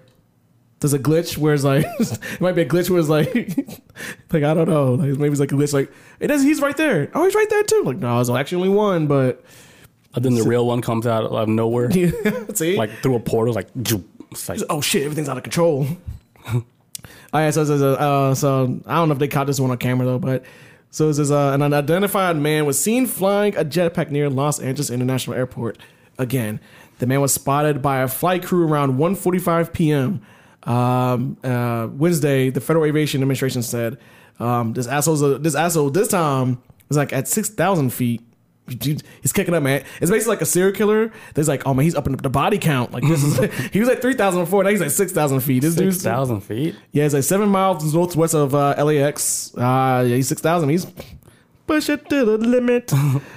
there's a glitch where it's like [LAUGHS] it might be a glitch where it's like [LAUGHS] like I don't know, like maybe it's like a glitch like it is he's right there. Oh, he's right there too. Like no, it's actually only one, [LAUGHS] but [LAUGHS] and then the real one comes out of nowhere, see, like through a portal, like. zoop. It's like oh shit, everything's out of control. All right, so, so, so, uh, so I don't know if they caught this one on camera though, but so it says uh, an unidentified man was seen flying a jetpack near Los Angeles International Airport. Again, the man was spotted by a flight crew around 1:45 p.m. Um, uh, Wednesday. The Federal Aviation Administration said um, this asshole's a, this asshole this time was like at 6,000 feet. Dude, He's kicking up, man. It's basically like a serial killer. There's like, oh man, he's upping up the body count. Like this is, [LAUGHS] he was like three thousand before, now he's like six thousand feet. This six dude's thousand feet. yeah, it's like seven miles northwest of uh, LAX. Uh, yeah, he's 6,000. He's push it to [LAUGHS] the limit.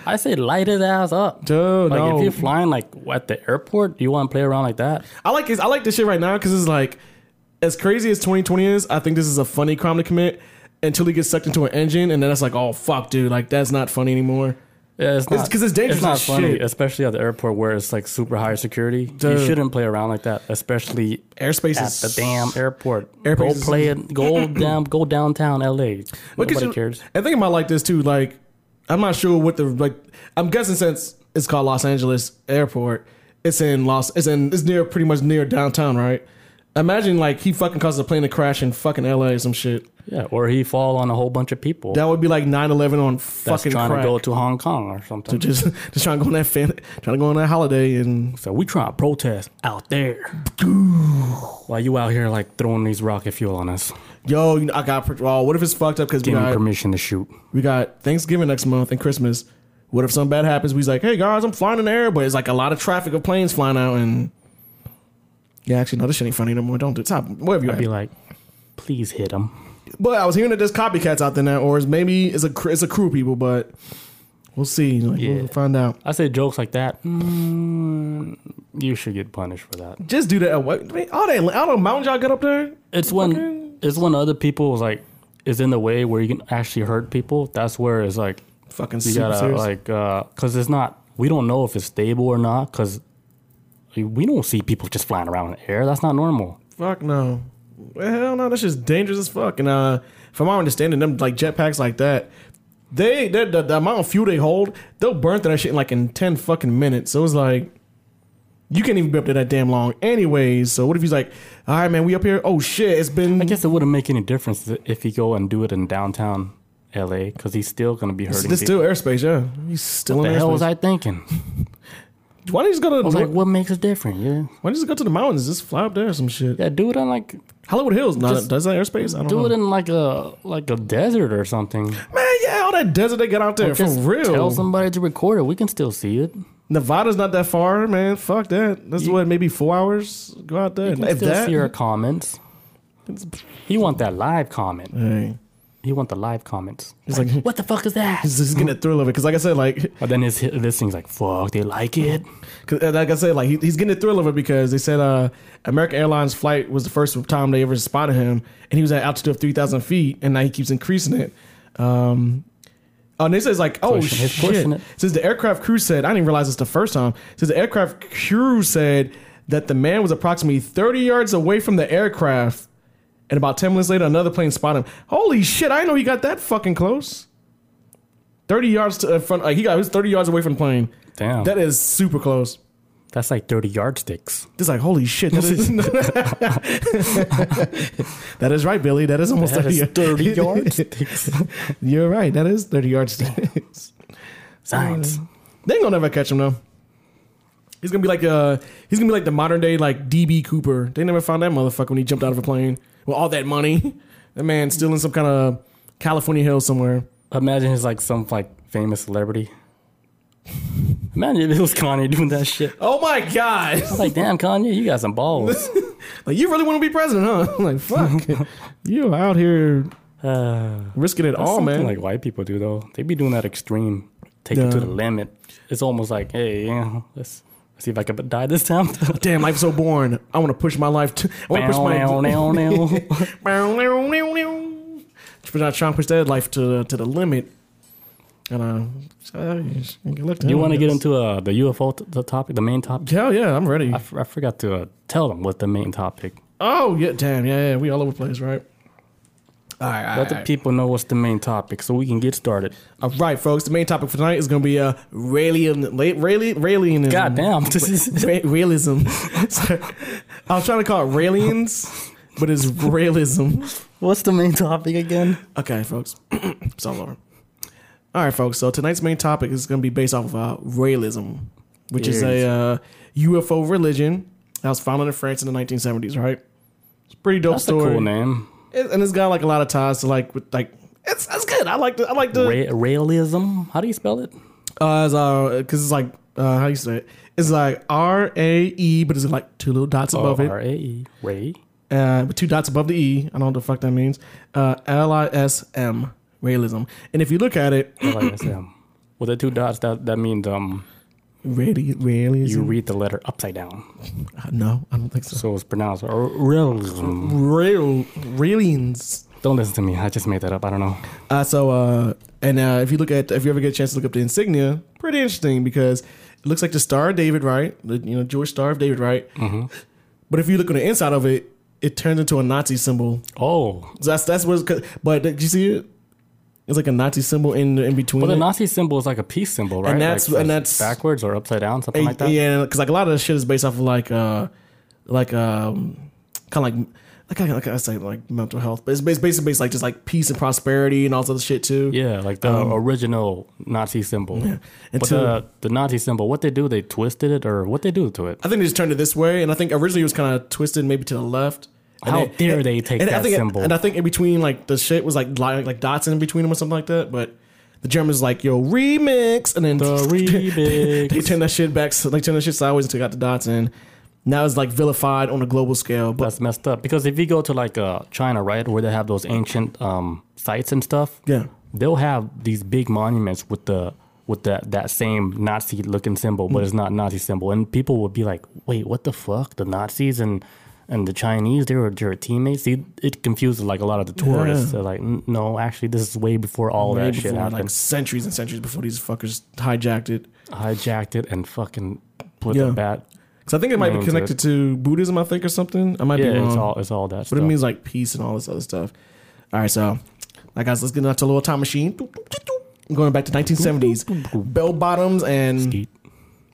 I say light his ass up. Dude, like no. if you're flying like at the airport, you want to play around like that? I like his, I like this shit right now because it's like, as crazy as 2020 is, I think this is a funny crime to commit until he gets sucked into an engine. And then that's like, oh, fuck, dude. Like, that's not funny anymore. Yeah, it's not 'cause it's dangerous It's not as funny, shit. especially at the airport where it's like super high security. Dude. You shouldn't play around like that, especially Airspace at is. the damn airport. Airplanes go is- play [CLEARS THROAT] it. Go down. Go downtown L.A. Look at Nobody you- cares. I think it might like this too. Like, I'm not sure what the like. I'm guessing since it's called Los Angeles Airport, it's in Los. It's in. It's near pretty much near downtown, right? Imagine like he fucking causes a plane to crash in fucking L.A. or some shit. Yeah, or he fall on a whole bunch of people That would be like 9/11 on that's fucking trying crack. to go to Hong Kong or something. [LAUGHS] just just trying to go on that fan, trying to go on that holiday and so we trying to protest out there. While you out here like throwing these rocket fuel on us, yo, you know, I got well, what if it's fucked up because we giving got permission to shoot. we got Thanksgiving next month and Christmas. What if something bad happens? We's like, hey guys, I'm flying in the air, but it's like a lot of traffic of planes flying out and yeah, actually, no, this shit ain't funny no more. Don't do it. Stop. Whatever you I'd be at. like, please hit him. But I was hearing that there's copycats out there now, or it's maybe it's a cr- it's a crew of people, but we'll see. Like, Yeah. We'll find out. I say jokes like that. Mm, you should get punished for that. Just do that. at What, I mean, all that all the mountains y'all get up there. It's when Fucking- it's when other people is like is in the way where you can actually hurt people. That's where it's like Fucking you super gotta serious. like because it's not. We don't know if it's stable or not because we don't see people just flying around in the air. That's not normal. Fuck no. Hell no, that's just dangerous as fuck. And uh, from my understanding, them like jetpacks like that, they the, the, the amount of fuel they hold, they'll burn through that shit in like in ten fucking minutes. So it's like you can't even be up there that damn long, anyways. So what if he's like, all right, man, we up here? Oh shit, it's been I guess it wouldn't make any difference if he go and do it in downtown L.A. because he's still gonna be hurting. this people. still airspace, yeah. He's still What in the airspace. hell was I thinking? Why don't you just go to I was the, like, what makes it different? Yeah, Why don't you just go to the mountains? Just fly up there or some shit. yeah. Do it on like Hollywood Hills, not Just does that airspace? I don't do know. it in like a like a desert or something. Man, yeah, all that desert they got out there for Just real. Tell somebody to record it. We can still see it. Nevada's not that far, man. Fuck that. That's what maybe four hours. Go out there. We If still that, see our comments. He want that live comment. hey, He want the live comments. it's like he's What the fuck is that? just getting a thrill of it. Because like I said, like But then his this thing's like, fuck, they like it. 'cause, uh, like I said, like he, he's getting a thrill of it because they said uh, American Airlines flight was the first time they ever spotted him, and he was at altitude of three thousand feet, and now he keeps increasing it. Um, Oh, and it says like, oh Pushing it, shit. pushing it. It says the aircraft crew said, I didn't even realize this the first time. It says the aircraft crew said that the man was approximately 30 yards away from the aircraft, and about 10 minutes later, another plane spotted him. Holy shit! I didn't know he got that fucking close. 30 yards to in front, like he got he was 30 yards away from the plane. Damn. That is super close. That's like 30 yardsticks. It's like holy shit. That is, [LAUGHS] that is right, Billy. That is almost That 30 is yards. [LAUGHS] 30 [LAUGHS] yardsticks. You're right. That is 30 yards. [LAUGHS] Science. They ain't gonna never catch him though. He's gonna be like uh he's gonna be like the modern day like DB Cooper. They never found that motherfucker when he jumped out of a plane with all that money. [LAUGHS] That man's still in some kind of California hill somewhere. Imagine he's like some like famous celebrity. Imagine if it was Kanye doing that shit. Oh my god! [LAUGHS] It's like, damn, Kanye, you got some balls. like you really want to be president, huh? [LAUGHS] like [LAUGHS] fuck, you out here Uh, risking it that's all, something Oh, man. like white people do though. They be doing that extreme, take it to the Yeah. limit. It's almost like, hey, yeah, let's, let's see if I can die this time. Damn, life's so boring. I want to push my life. To, I want to push Meow, my. meow, meow, meow. But I'm trying to push that life to to the limit. And uh, so, good luck to you him, I want to get guess. into uh, the UFO t- the topic, the main topic? Hell yeah, I'm ready. I, f- I forgot to uh, tell them what the main topic. Oh yeah, damn, yeah, yeah. We all over the place, right? All right, all Let the right. people know what's the main topic so we can get started. all right, folks. The main topic for tonight is going to be uh, Raelian, la- Raeli, Raelianism. God damn, [LAUGHS] this is Ra- realism. [LAUGHS] Sorry. I was trying to call it Raelians, but it's realism. what's the main topic again? Okay, folks. [CLEARS THROAT] it's all over. All right, folks. So tonight's main topic is going to be based off of uh, realism, which is a uh, UFO religion that was founded in France in the 1970s. Right? It's a pretty dope That's story. a cool name. It, and it's got like a lot of ties to like with like it's it's good. I like the I like the Ra- realism. How do you spell it? uh it's uh because it's like uh how you say it it's like R A E but it's like two little dots above it R A E. Ray. uh with two dots above the E I don't know what the fuck that means uh L I S M realism and if you look at it [CLEARS THROAT] LISM. With the two dots, that that means um really you realism read the letter upside down, Uh, no I don't think so so it's pronounced r- realism. real realians Don't listen to me. I just made that up. I don't know. Uh, so, uh, and uh, if you look at, if you ever get a chance to look up the insignia, pretty interesting because it looks like the Star of David, right? The you know Jewish Star of David, right? But if you look on the inside of it, it turns into a Nazi symbol. Oh, So that's that's what. But did you see it? It's like a Nazi symbol in in between. well, the it. Nazi symbol is like a peace symbol, right? that's- Like, and uh, that's- backwards or upside down, something like that. Yeah, because like a lot of the shit is based off of like uh like um kind of like. Like I, like I say, like mental health, but it's based- basically based like just like peace and prosperity and all this other shit too. Yeah, like the original Nazi symbol. Um, And But to- the, the Nazi symbol, what they do, they twisted it or what they do to it. I think they just turned it this way, and I think originally it was kind of twisted, maybe to the left. And How it- dare and- they take and I that think- symbol. And I think in between, like the shit was like li- like dots in between them or something like that. But the Germans like yo remix, and then The [LAUGHS] remix. they turned that shit back. so They turned that shit sideways and took out the dots, and now it's like vilified on a global scale. But That's messed up. Because if you go to like uh, China, right, where they have those ancient um, sites and stuff, yeah, they'll have these big monuments with the with that that same Nazi looking symbol, Mm. but it's not Nazi symbol. And people would be like, "Wait, what the fuck? The Nazis and and the Chinese, they were they were teammates." See, it confuses like a lot of the tourists. They're like, "N- "No, actually, this is way before all Way that shit before, like happened. centuries and centuries before these fuckers hijacked it. Hijacked it and fucking put Yeah. the bat." Because I think it might be Names connected to Buddhism, I think, or something. I might be Yeah, wrong. it's all it's all that But it stuff. means like peace and all this other stuff. All right, so, like guys, let's get into a little time machine. I'm going back to 1970s, bell bottoms and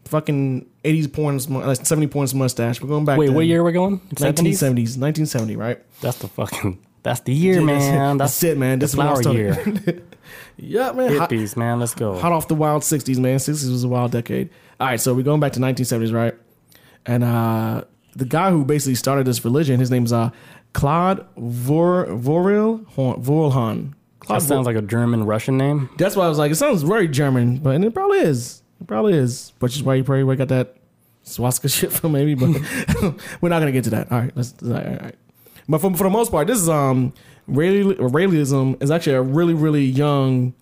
fucking 80s porn, smu- like 70 porn mustache. We're going back. Wait, then. what year we're going? 70s? 1970s, 1970, right? That's the fucking. That's the year, man. That's, That's it, man. The This is what I flower was talking- [LAUGHS] year. Yeah, man. Hot, Hippies, man. Let's go. hot off the wild 60s, man. 60s was a wild decade. All right, so we're going back to 1970s, right? And uh, the guy who basically started this religion, his name's uh, Claude Vor Voril Vorlhan. That Claude sounds like a German Russian name. That's why I was like, it sounds very German, but and it probably is. It probably is. Which is why you probably got that swastika [LAUGHS] shit from maybe, but we're not gonna get to that. All right, let's all right. all right. But for, for the most part, this is um Raeli- Raeliism is actually a really, really young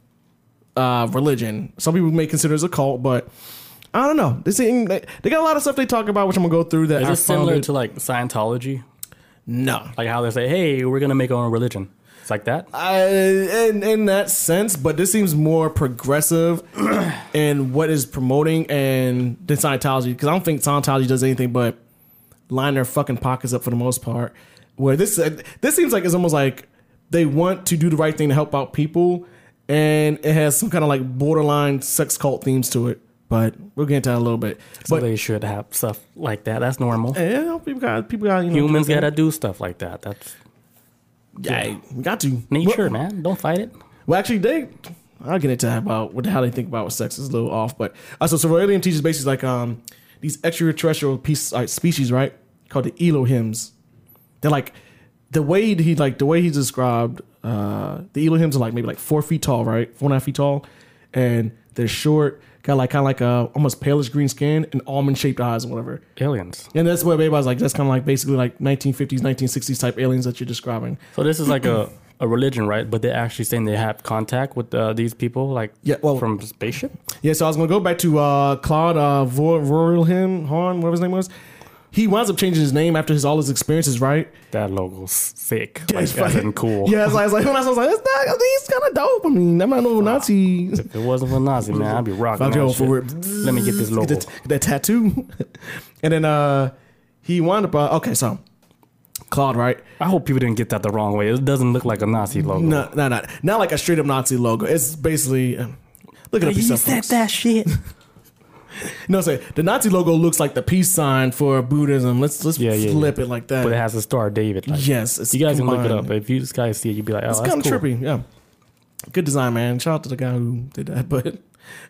uh religion. Some people may consider it as a cult, but I don't know. They seem they, they got a lot of stuff they talk about, which I'm gonna go through that Is I it similar found it- to like Scientology? No. Like how they say, hey, we're going to make our own religion. It's like that. I, in in that sense, but this seems [CLEARS THROAT] more progressive in what is promoting and than Scientology because I don't think Scientology does anything but line their fucking pockets up for the most part. Where this uh, this seems like it's almost like they want to do the right thing to help out people, and it has some kind of like borderline sex cult themes to it. But we'll get into that in a little bit. So But they should have stuff like that. That's normal. yeah, people got people got you know, Humans do their gotta do stuff like that. That's thing. yeah, we got to nature, Well- man. Don't fight it. Well, actually, they. I'll get into that about what the hell they think about with sex is a little off, but uh, so Cerulean teaches basically like um these extraterrestrial piece, uh, species, right? Called the Elohims. They're like the way he like the way he described uh the Elohims are like maybe like four feet tall, right? Four and a half feet tall, and they're short, got like kind of like a almost palish green skin and almond shaped eyes and whatever. Aliens. And that's what everybody's like. That's kind of like basically like 1950s, 1960s type aliens that you're describing. So this is like a, a religion, right? But they're actually saying they have contact with uh, these people, like Yeah, well- from spaceship. Yeah, so I was gonna go back to uh, Claude uh, Vor- Vorelham, Horn, whatever his name was. He winds up changing his name after his all his experiences, right? That logo's sick. It's like, as fucking- in cool. Yeah, it's like, it's like when I was like, it's not, he's kind of dope. I mean, I'm not no Nazi. If it wasn't for Nazi, man, I'd be rocking Fuck that y'all shit. for it. Let me get this Get logo. that, get that tattoo. [LAUGHS] and then uh, he wound up. Uh, okay, so Claude, right? I hope people didn't get that the wrong way. It doesn't look like a Nazi logo. No, no, no, not like a straight up Nazi logo. It's basically. um, Look at up yourself. folks. that shit. No, say the Nazi logo looks like the peace sign for Buddhism. Let's let's Yeah, yeah, flip it like that. but it has a star David. Like, Yes, it's you guys can look it up. combined. If you just guys see it, you'd be like, oh, It's that's kind of cool. trippy. Yeah. Good design, man. Shout out to the guy who did that. [LAUGHS] But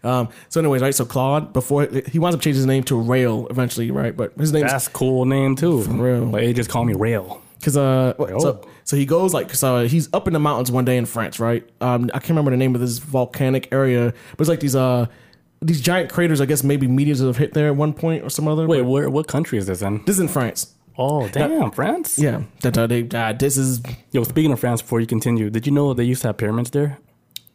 um, so, anyways, right. So Claude, before he winds up changing his name to Rail eventually, right? But his name's That's cool name too. real. Like, they just call me Rail. because uh, what- Rail. so, so he goes like so he's up in the mountains one day in France, right? Um, I can't remember the name of this volcanic area, but it's like these uh these giant craters. I guess maybe meteors have hit there at one point or some other. Wait, where, what country is this in? this is in France. Oh, damn, [LAUGHS] France. Yeah, that uh, they uh, this is. Yo, speaking of France, before you continue, did you know they used to have pyramids there?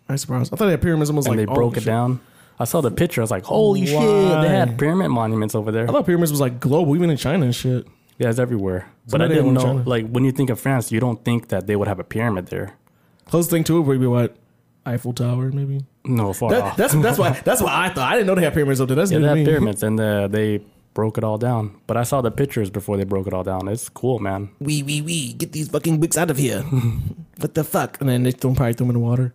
I surprised. I thought that pyramid was almost And like oh, they broke orange. it down. I saw the picture. I was like, holy shit. Why? They had pyramid monuments over there. I thought pyramids was like global, even in China and shit. Yeah, it's everywhere. But now I they didn't own know, China. like, when you think of France, you don't think that they would have a pyramid there. Closest thing to it would be what Eiffel Tower, maybe. No, far That, off. that's that's why that's what I thought. I didn't know they had pyramids up there. That's Ah. yeah, new they to me. have pyramids, and uh, they broke it all down. But I saw the pictures before they broke it all down. It's cool, man. Wee wee wee! Get these fucking wicks out of [LAUGHS] here! what the fuck? And then they throw, probably throw them in the water.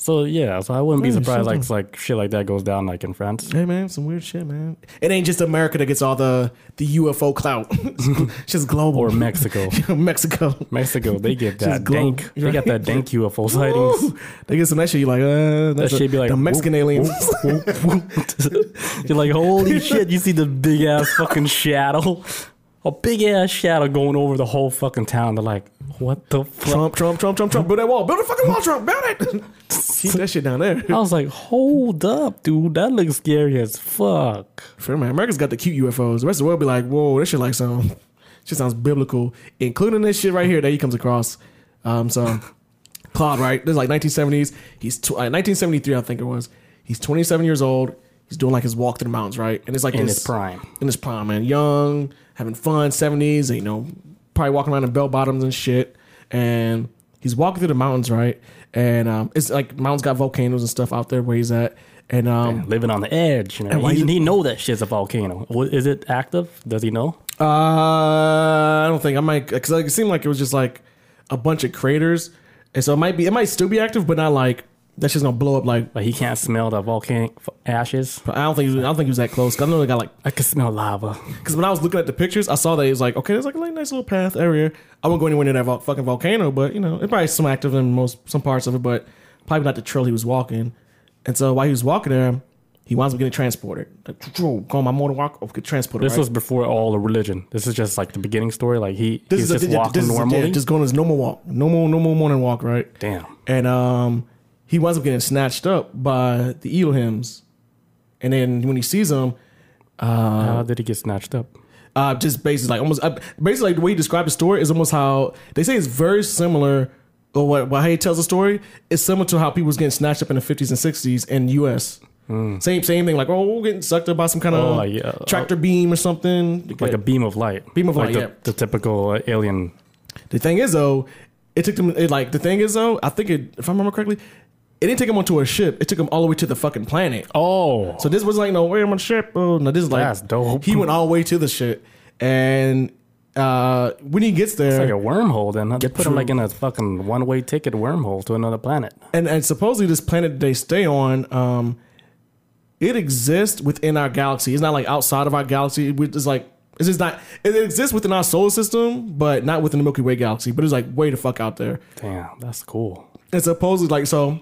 So, yeah, so I wouldn't be Yeah, surprised, Mm, sure. like, like, shit like that goes down, like, in France. Hey man, some weird shit, man. It ain't just America that gets all the the UFO clout. [LAUGHS] it's just global. Or [LAUGHS] Mexico. Mexico. Mexico, they get Just that glow. dank. They got that dank [LAUGHS] UFO [LAUGHS] sightings. [LAUGHS] Ooh, they get some that shit. You like uh, That that's a- shit be like the Mexican whoop, aliens. [LAUGHS] whoop, whoop, whoop. You're like, holy shit! You see the big ass fucking shadow, a big ass shadow going over the whole fucking town. They're like, what the fuck? Trump, Trump, Trump, Trump, Trump. Build that wall. Build a fucking wall, Trump. Build [LAUGHS] it. Keep that shit down there. I was like, hold up, dude, that looks scary as fuck. Fair man, America's got the cute UFOs. The rest of the world be like, whoa, this shit like some shit sounds biblical, including this shit right here that he comes across. Um, so [LAUGHS] Claude, right? This is like 1970s. He's tw- uh, 1973, I think it was. He's 27 years old. He's doing like his walk through the mountains, right? And it's like In this- his prime. in his prime, man, young, having fun, 70s, you know, probably walking around in bell bottoms and shit. And he's walking through the mountains, right? And um, it's like mountains got volcanoes and stuff out there where he's at. And um, Living on the edge, you know. And why he, you- he know that shit's a volcano. What, is it active? Does he know? Uh, I don't think I might because it seemed like it was just like a bunch of craters, and so it might be it might still be active, but not like that's just gonna blow up. Like Like he can't smell the volcanic f- ashes. I don't think I don't think he was that close. 'Cause I know they got like I can smell lava. because when I was looking at the pictures, I saw that it was like okay, there's like a nice little path area. I won't go anywhere near that vol- fucking volcano, but you know it probably some active in most some parts of it, but probably not the trail he was walking. And so while he was walking there, he winds up getting transported. Like, go on my motor walk, or get transported. This right? was before all the religion. This is just like the beginning story. Like he, This he's is a- just yeah, walking this is a- yeah, normally. just going his normal walk, normal, normal morning walk, right? Damn. And um, he winds up getting snatched up by the Elohims, and then when he sees them, Uh-huh. How did he get snatched up? uh, just basically like almost uh, basically like the way he described the story is almost how they say it's very similar. Or what? Well, how he tells the story is similar to how people was getting snatched up in the fifties and sixties in U.S. Same same thing. Like oh, we're getting sucked up by some kind of Hmm. Oh, like, yeah. tractor beam or something. Like a beam of light. Beam of like light, The, yeah. the typical uh, alien. The thing is, though, It took them. It, like the thing is though, I think it. If I remember correctly, it didn't take them onto a ship. It took them all the way to the fucking planet. Oh, So this was like no, wait, I'm on ship. Oh no, this is like That's dope. He went all the way to the shit, and uh when he gets there, it's like a wormhole. Then huh? they put him True. like in a fucking one-way ticket wormhole to another planet. and and supposedly this planet they stay on um it exists within our galaxy it's not like outside of our galaxy We- it's like it's just not it exists within our solar system but not within the milky way galaxy but it's like way the fuck out there Damn, that's cool. and supposedly like so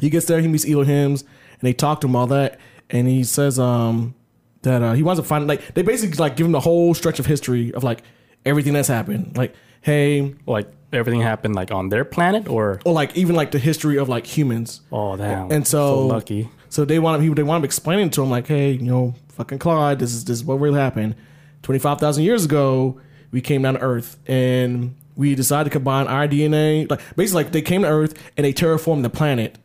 he gets there he meets Elohims and they talk to him all that and he says um that uh, he wants to find like they basically like give him the whole stretch of history of like everything that's happened like hey Like everything happened like on their planet, or or like even like the history of like humans oh damn, And so- lucky. So they want him. He, they want him explaining to him like, hey, you know, fucking Clyde, this is this is what really happened. Twenty five thousand years ago, we came down to Earth and we decided to combine our DNA. Like basically, like they came to Earth and they terraformed the planet.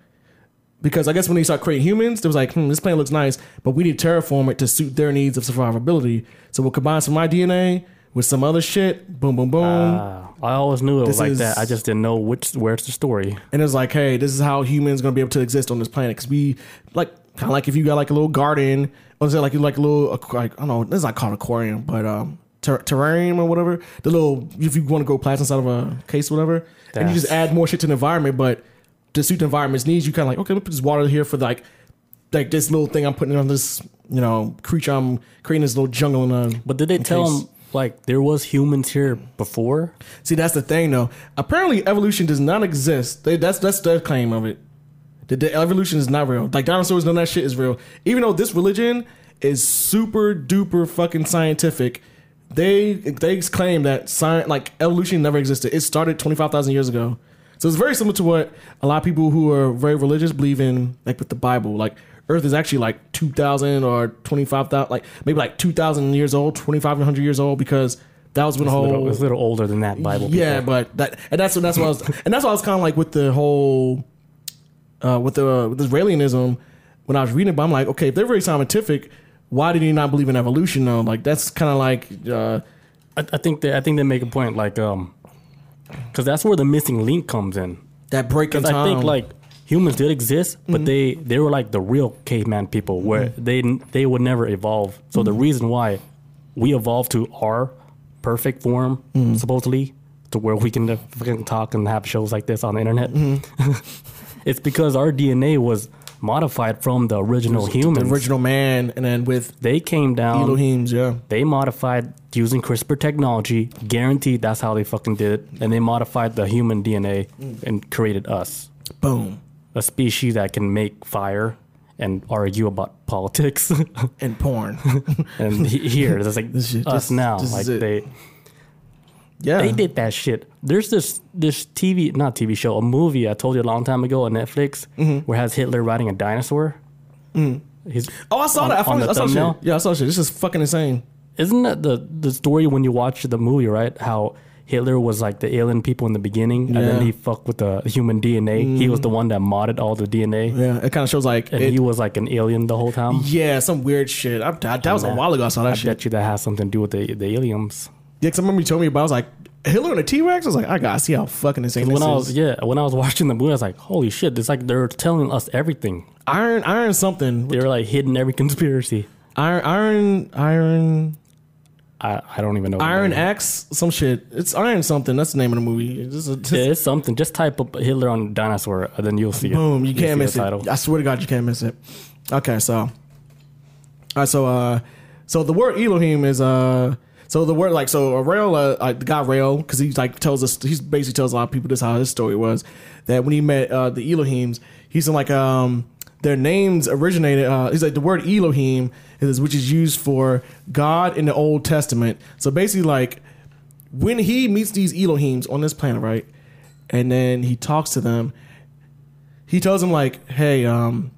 Because I guess when they start creating humans, they was like, hmm, this planet looks nice, but we need to terraform it to suit their needs of survivability. So we'll combine some of my DNA with some other shit. Boom, boom, boom. Ah, I always knew it was um, like This is- that. I just didn't know which where's the story. and it's like, hey, this is how humans gonna be able to exist on this planet because we like kind of like if you got like a little garden, or is it like you like a little aqu- like I don't know, this is not called aquarium, but um ter- terrarium or whatever. The little if you want to grow plants inside of a case, or whatever, and you just That's- add more shit to the environment, but to suit the environment's needs, you kind of like okay, let me put this water here for like like this little thing I'm putting on this you know creature I'm creating this little jungle and. Um, But did they tell case- him like there was humans here before? See, that's the thing, though. Apparently, evolution does not exist. They, that's that's their claim of it. That the evolution is not real. Like dinosaurs, none of that shit is real. Even though this religion is super duper fucking scientific, they they claim that science like evolution never existed. It started twenty five thousand years ago. So it's very similar to what a lot of people who are very religious believe in, like with the Bible. Like Earth is actually like two thousand or twenty five thousand, like maybe like two thousand years old, twenty five hundred years old, because that was when the It's a whole little, it's a little older than that Bible. yeah, people. but that and that's what that's what I was and that's what I was kind of like with the whole uh, with the with Israelianism when I was reading. it, But I'm like, okay, if they're very scientific, why did you not believe in evolution though? Like that's kind of like uh, I, I think they, I think they make a point like um, because that's where the missing link comes in. that break in 'Cause I time. think like humans did exist, Mm-hmm. but they they were like the real caveman people where they n- they would never evolve. So Mm-hmm. the reason why we evolved to our perfect form Mm-hmm. supposedly to where we can fucking talk and have shows like this on the internet. Mm-hmm. [LAUGHS] it's because our DNA was modified from the original the humans. original man, and then with they came down Elohim's, yeah. they modified using CRISPR technology. Guaranteed, that's how they fucking did it. And they modified the human DNA Mm. and created us, Boom a species that can make fire and argue about politics. [LAUGHS] and porn. and he- here, it's like This shit- us this- now. this is like it. they yeah, they did that shit. There's this this TV, not TV show, a movie I told you a long time ago on Netflix, Mm-hmm. where it has Hitler riding a dinosaur. He's, Oh, I saw on- that. I, on found, the I saw shit. thumbnail. Yeah, I saw shit. This is fucking insane. isn't that the the story when you watch the movie right how Hitler was like the alien people in the beginning and then Yeah. he fucked with the human DNA he was the one that modded all the DNA Yeah, it kind of shows like and it- he was like an alien the whole time yeah, some weird shit. I, that that was a Man, while ago. I saw that I shit. bet you that has something to do with the the aliens Yeah, cause I remember you told me about. I was like Hitler and a T Rex. I was like, I gotta see how fucking insane this when I was is. yeah when I was [LAUGHS] watching the movie I was like holy shit it's like they're telling us everything Iron, iron something. they're like hidden every [LAUGHS] conspiracy Iron, iron, iron, I, I don't even know what iron it is. X. Some shit. It's iron something. That's the name of the movie. It's just a- just- Yeah, it's something just type up Hitler on dinosaur and then you'll see it Boom! You You'll see can't the miss it. title. I swear to God, you can't miss it. Okay, so, all right, so uh, so the word Elohim is uh, so the word like so a rail uh, like the guy rail because he like tells us he basically tells a lot of people this how his story was that when he met uh the Elohims he's in like um their names originated uh he's like the word Elohim is which is used for God in the Old Testament so basically like when he meets these Elohims on this planet right and then he talks to them he tells him like, "Hey, um,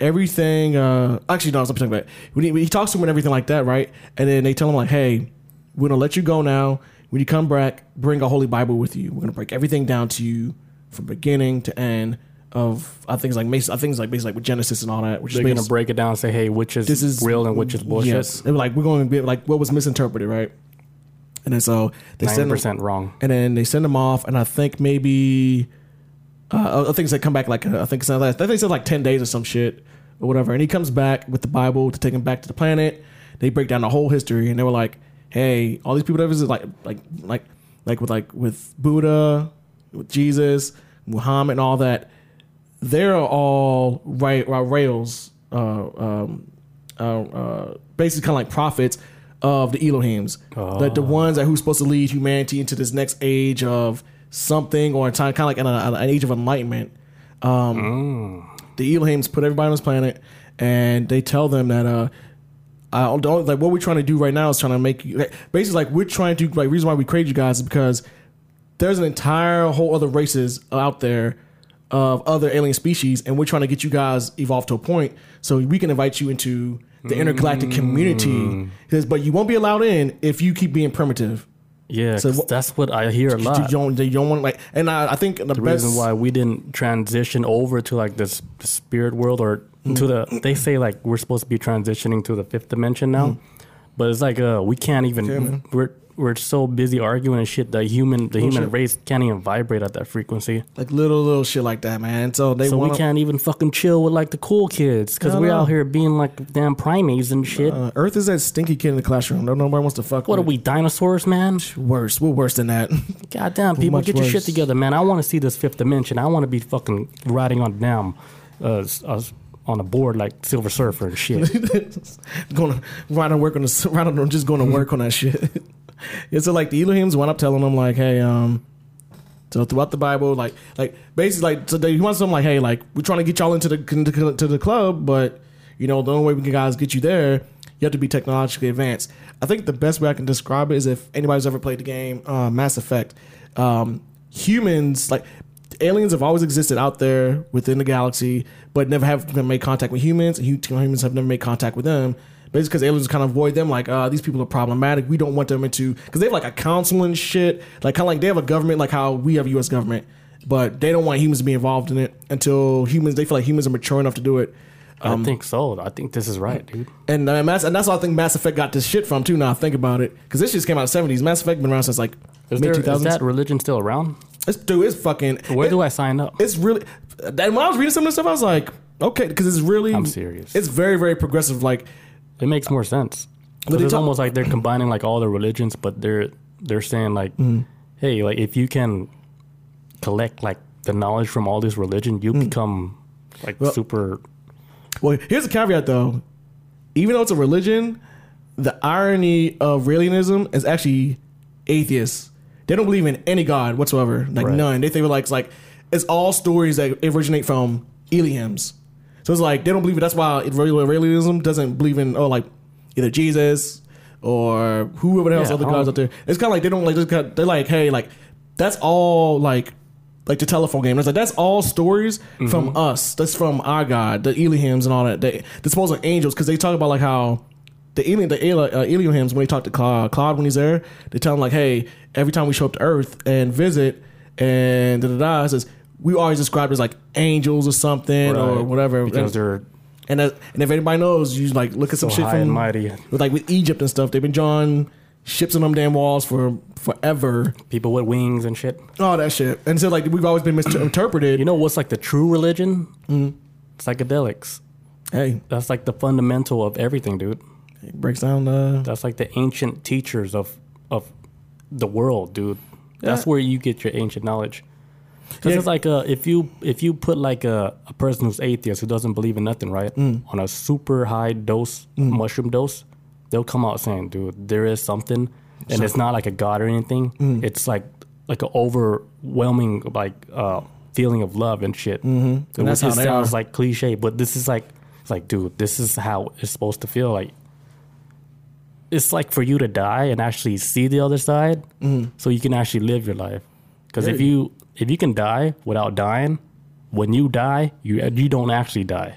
everything." Uh, actually, no, I'm talking about when he, when he talks to him and everything like that, right? And then they tell him like, "Hey, we're gonna let you go now. When you come back, bring a holy Bible with you. We're gonna break everything down to you from beginning to end of I think it's like Mas- I think it's like basically like with Genesis and all that, which they're is gonna break it down and say hey which is, this is real and which is bullshit Yes, they were like, we're going to be like, what was misinterpreted, right? And then so they Ninety send them, percent wrong. and then they send them off. And I think maybe uh, I think they come back like uh, I think it's not like, I think they said like ten days or some shit or whatever. And he comes back with the Bible to take him back to the planet. They break down the whole history, and they were like, "Hey, all these people that visited, like, like, like, like with like with Buddha, with Jesus, Muhammad, and all that. They're all right ra- rails, uh, um, uh, uh, basically kind of like prophets of the Elohims, like the ones that who's supposed to lead humanity into this next age of something or a time, kind of like an, uh, an age of enlightenment." Um, the Elohims put everybody on this planet, and they tell them that uh, I don't like what we're trying to do right now is trying to make you like, basically like we're trying to like reason why we created you guys is because there's an entire whole other races out there of other alien species, and we're trying to get you guys evolved to a point so we can invite you into the intergalactic Mm. community. 'Cause- But you won't be allowed in if you keep being primitive. Yeah, So 'cause what- that's what I hear a You lot. don't, you don't want like, and I, I think the, The best reason why we didn't transition over to like this the spirit world or to Mm-hmm. the they say like we're supposed to be transitioning to the fifth dimension now, Mm-hmm. but it's like uh we can't even we're we're so busy arguing and shit that human the human Bullshit. race can't even vibrate at that frequency, like little little shit like that, man. So they so want we can't even fucking chill with like the cool kids because No, we're no. out here being like damn primates and shit. Uh, Earth is that stinky kid in the classroom. No, nobody wants to fuck. what are with. we dinosaurs, man? Worse. We're worse than that. [LAUGHS] Goddamn, people, much get your shit worse. together, man. I want to see this fifth dimension. I want to be fucking riding on damn, uh, s- uh, s- on a board like Silver Surfer and shit. [LAUGHS] going to right on work on the [LAUGHS] right on just going to work on that shit. [LAUGHS] yeah, so like the Elohims went up telling them like, hey, um, so throughout the Bible, like, like basically like, so they, he wants them like, hey, like we're trying to get y'all into the to, to the club, but you know the only way we can guys get you there, you have to be technologically advanced. I think the best way I can describe it is if anybody's ever played the game uh, Mass Effect, um, humans like aliens have always existed out there within the galaxy, but never have made contact with humans. and hu- Humans have never made contact with them. Basically, because aliens kind of avoid them, like uh, these people are problematic. We don't want them into because they have like a council and shit, like kind of like they have a government, like how we have U.S. government, but they don't want humans to be involved in it until humans. They feel like humans are mature enough to do it. I Um, think so. I think this is right, dude. And uh, Mass, and that's why I think Mass Effect got this shit from too. Now I think about it, because this shit came out in the '70s. Mass Effect been around since like Is, mid there, is 2000s. that religion still around? it's dude, it's fucking. Where it- do I sign up? it's really and when I was reading some of this stuff, I was like, okay, because it's really I'm serious. It's very, very progressive. Like It makes more sense. 'Cause they it's talk- almost like they're combining like all the religions, but they're they're saying like, Mm. hey, like if you can collect like the knowledge from all this religion, Mm. you become like super. well, here's a caveat though. Even though it's a religion, the irony of realism is actually atheists. They don't believe in any god whatsoever. Like Right. none. They think like it's like it's all stories that originate from Eliams. So it's like they don't believe it. That's why it- real- realism doesn't believe in oh like either Jesus or whoever else Yeah, other I gods don't- out there. It's kind of like they don't like this kind- they're like hey like that's all like like the telephone game. It's like that's all stories Mm-hmm. from us. That's from our god, the Eliams and all that. They they're supposed to be angels because they talk about like how the alien, the Eli- uh, Eliams, when they talk to Cla- Claude when he's there, they tell him like, "Hey, every time we show up to Earth and visit, and da da da," it says we always described as like angels or something or Right. whatever. because And, they're and, that- and if anybody knows, you like look at some so shit high from and mighty. with, like with Egypt and stuff. They've been drawing ships on them damn walls for forever. People with wings and shit. All that shit. And so like we've always been misinterpreted. You know what's like the true religion? Psychedelics. hey, That's like the fundamental of everything, dude. it breaks down. Uh, That's like the ancient teachers of of the world, dude. That's Yeah. where you get your ancient knowledge. Because Yeah. it's like uh, if you if you put like a, a person who's atheist who doesn't believe in nothing, right, Mm. on a super high dose mushroom dose, they'll come out saying, "Dude, there is something," and it's not like a god or anything. Mm. It's like like an overwhelming like uh, feeling of love and shit. Mm-hmm. And that's how it they sounds are. like cliche, but this is like it's like, dude, this is how it's supposed to feel like it's like for you to die and actually see the other side so you can actually live your life because if Mm-hmm. Yeah. you if you can die without dying when you die you you don't actually die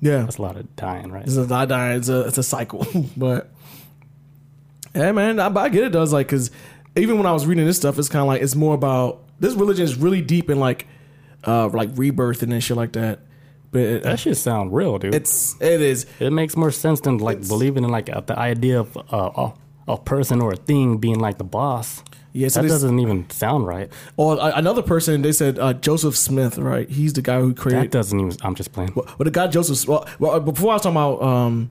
yeah. that's a lot of dying right It's a not dying. It's a it's a cycle. [LAUGHS] but yeah, man, I, I get it. Does like because even when I was reading this stuff, it's kind of like it's more about this religion is really deep in like uh like rebirth and then shit like that. But it, that shit sound real dude it's it is it makes more sense than like believing in like uh, the idea of uh, uh, a person or a thing being like the boss. Yeah, so that this- doesn't even sound right. Or uh, another person, they said uh, Joseph Smith, right? He's the guy who That created. doesn't even. I'm just playing. well, well, the guy Joseph. Well, well, uh, before I was talking about um,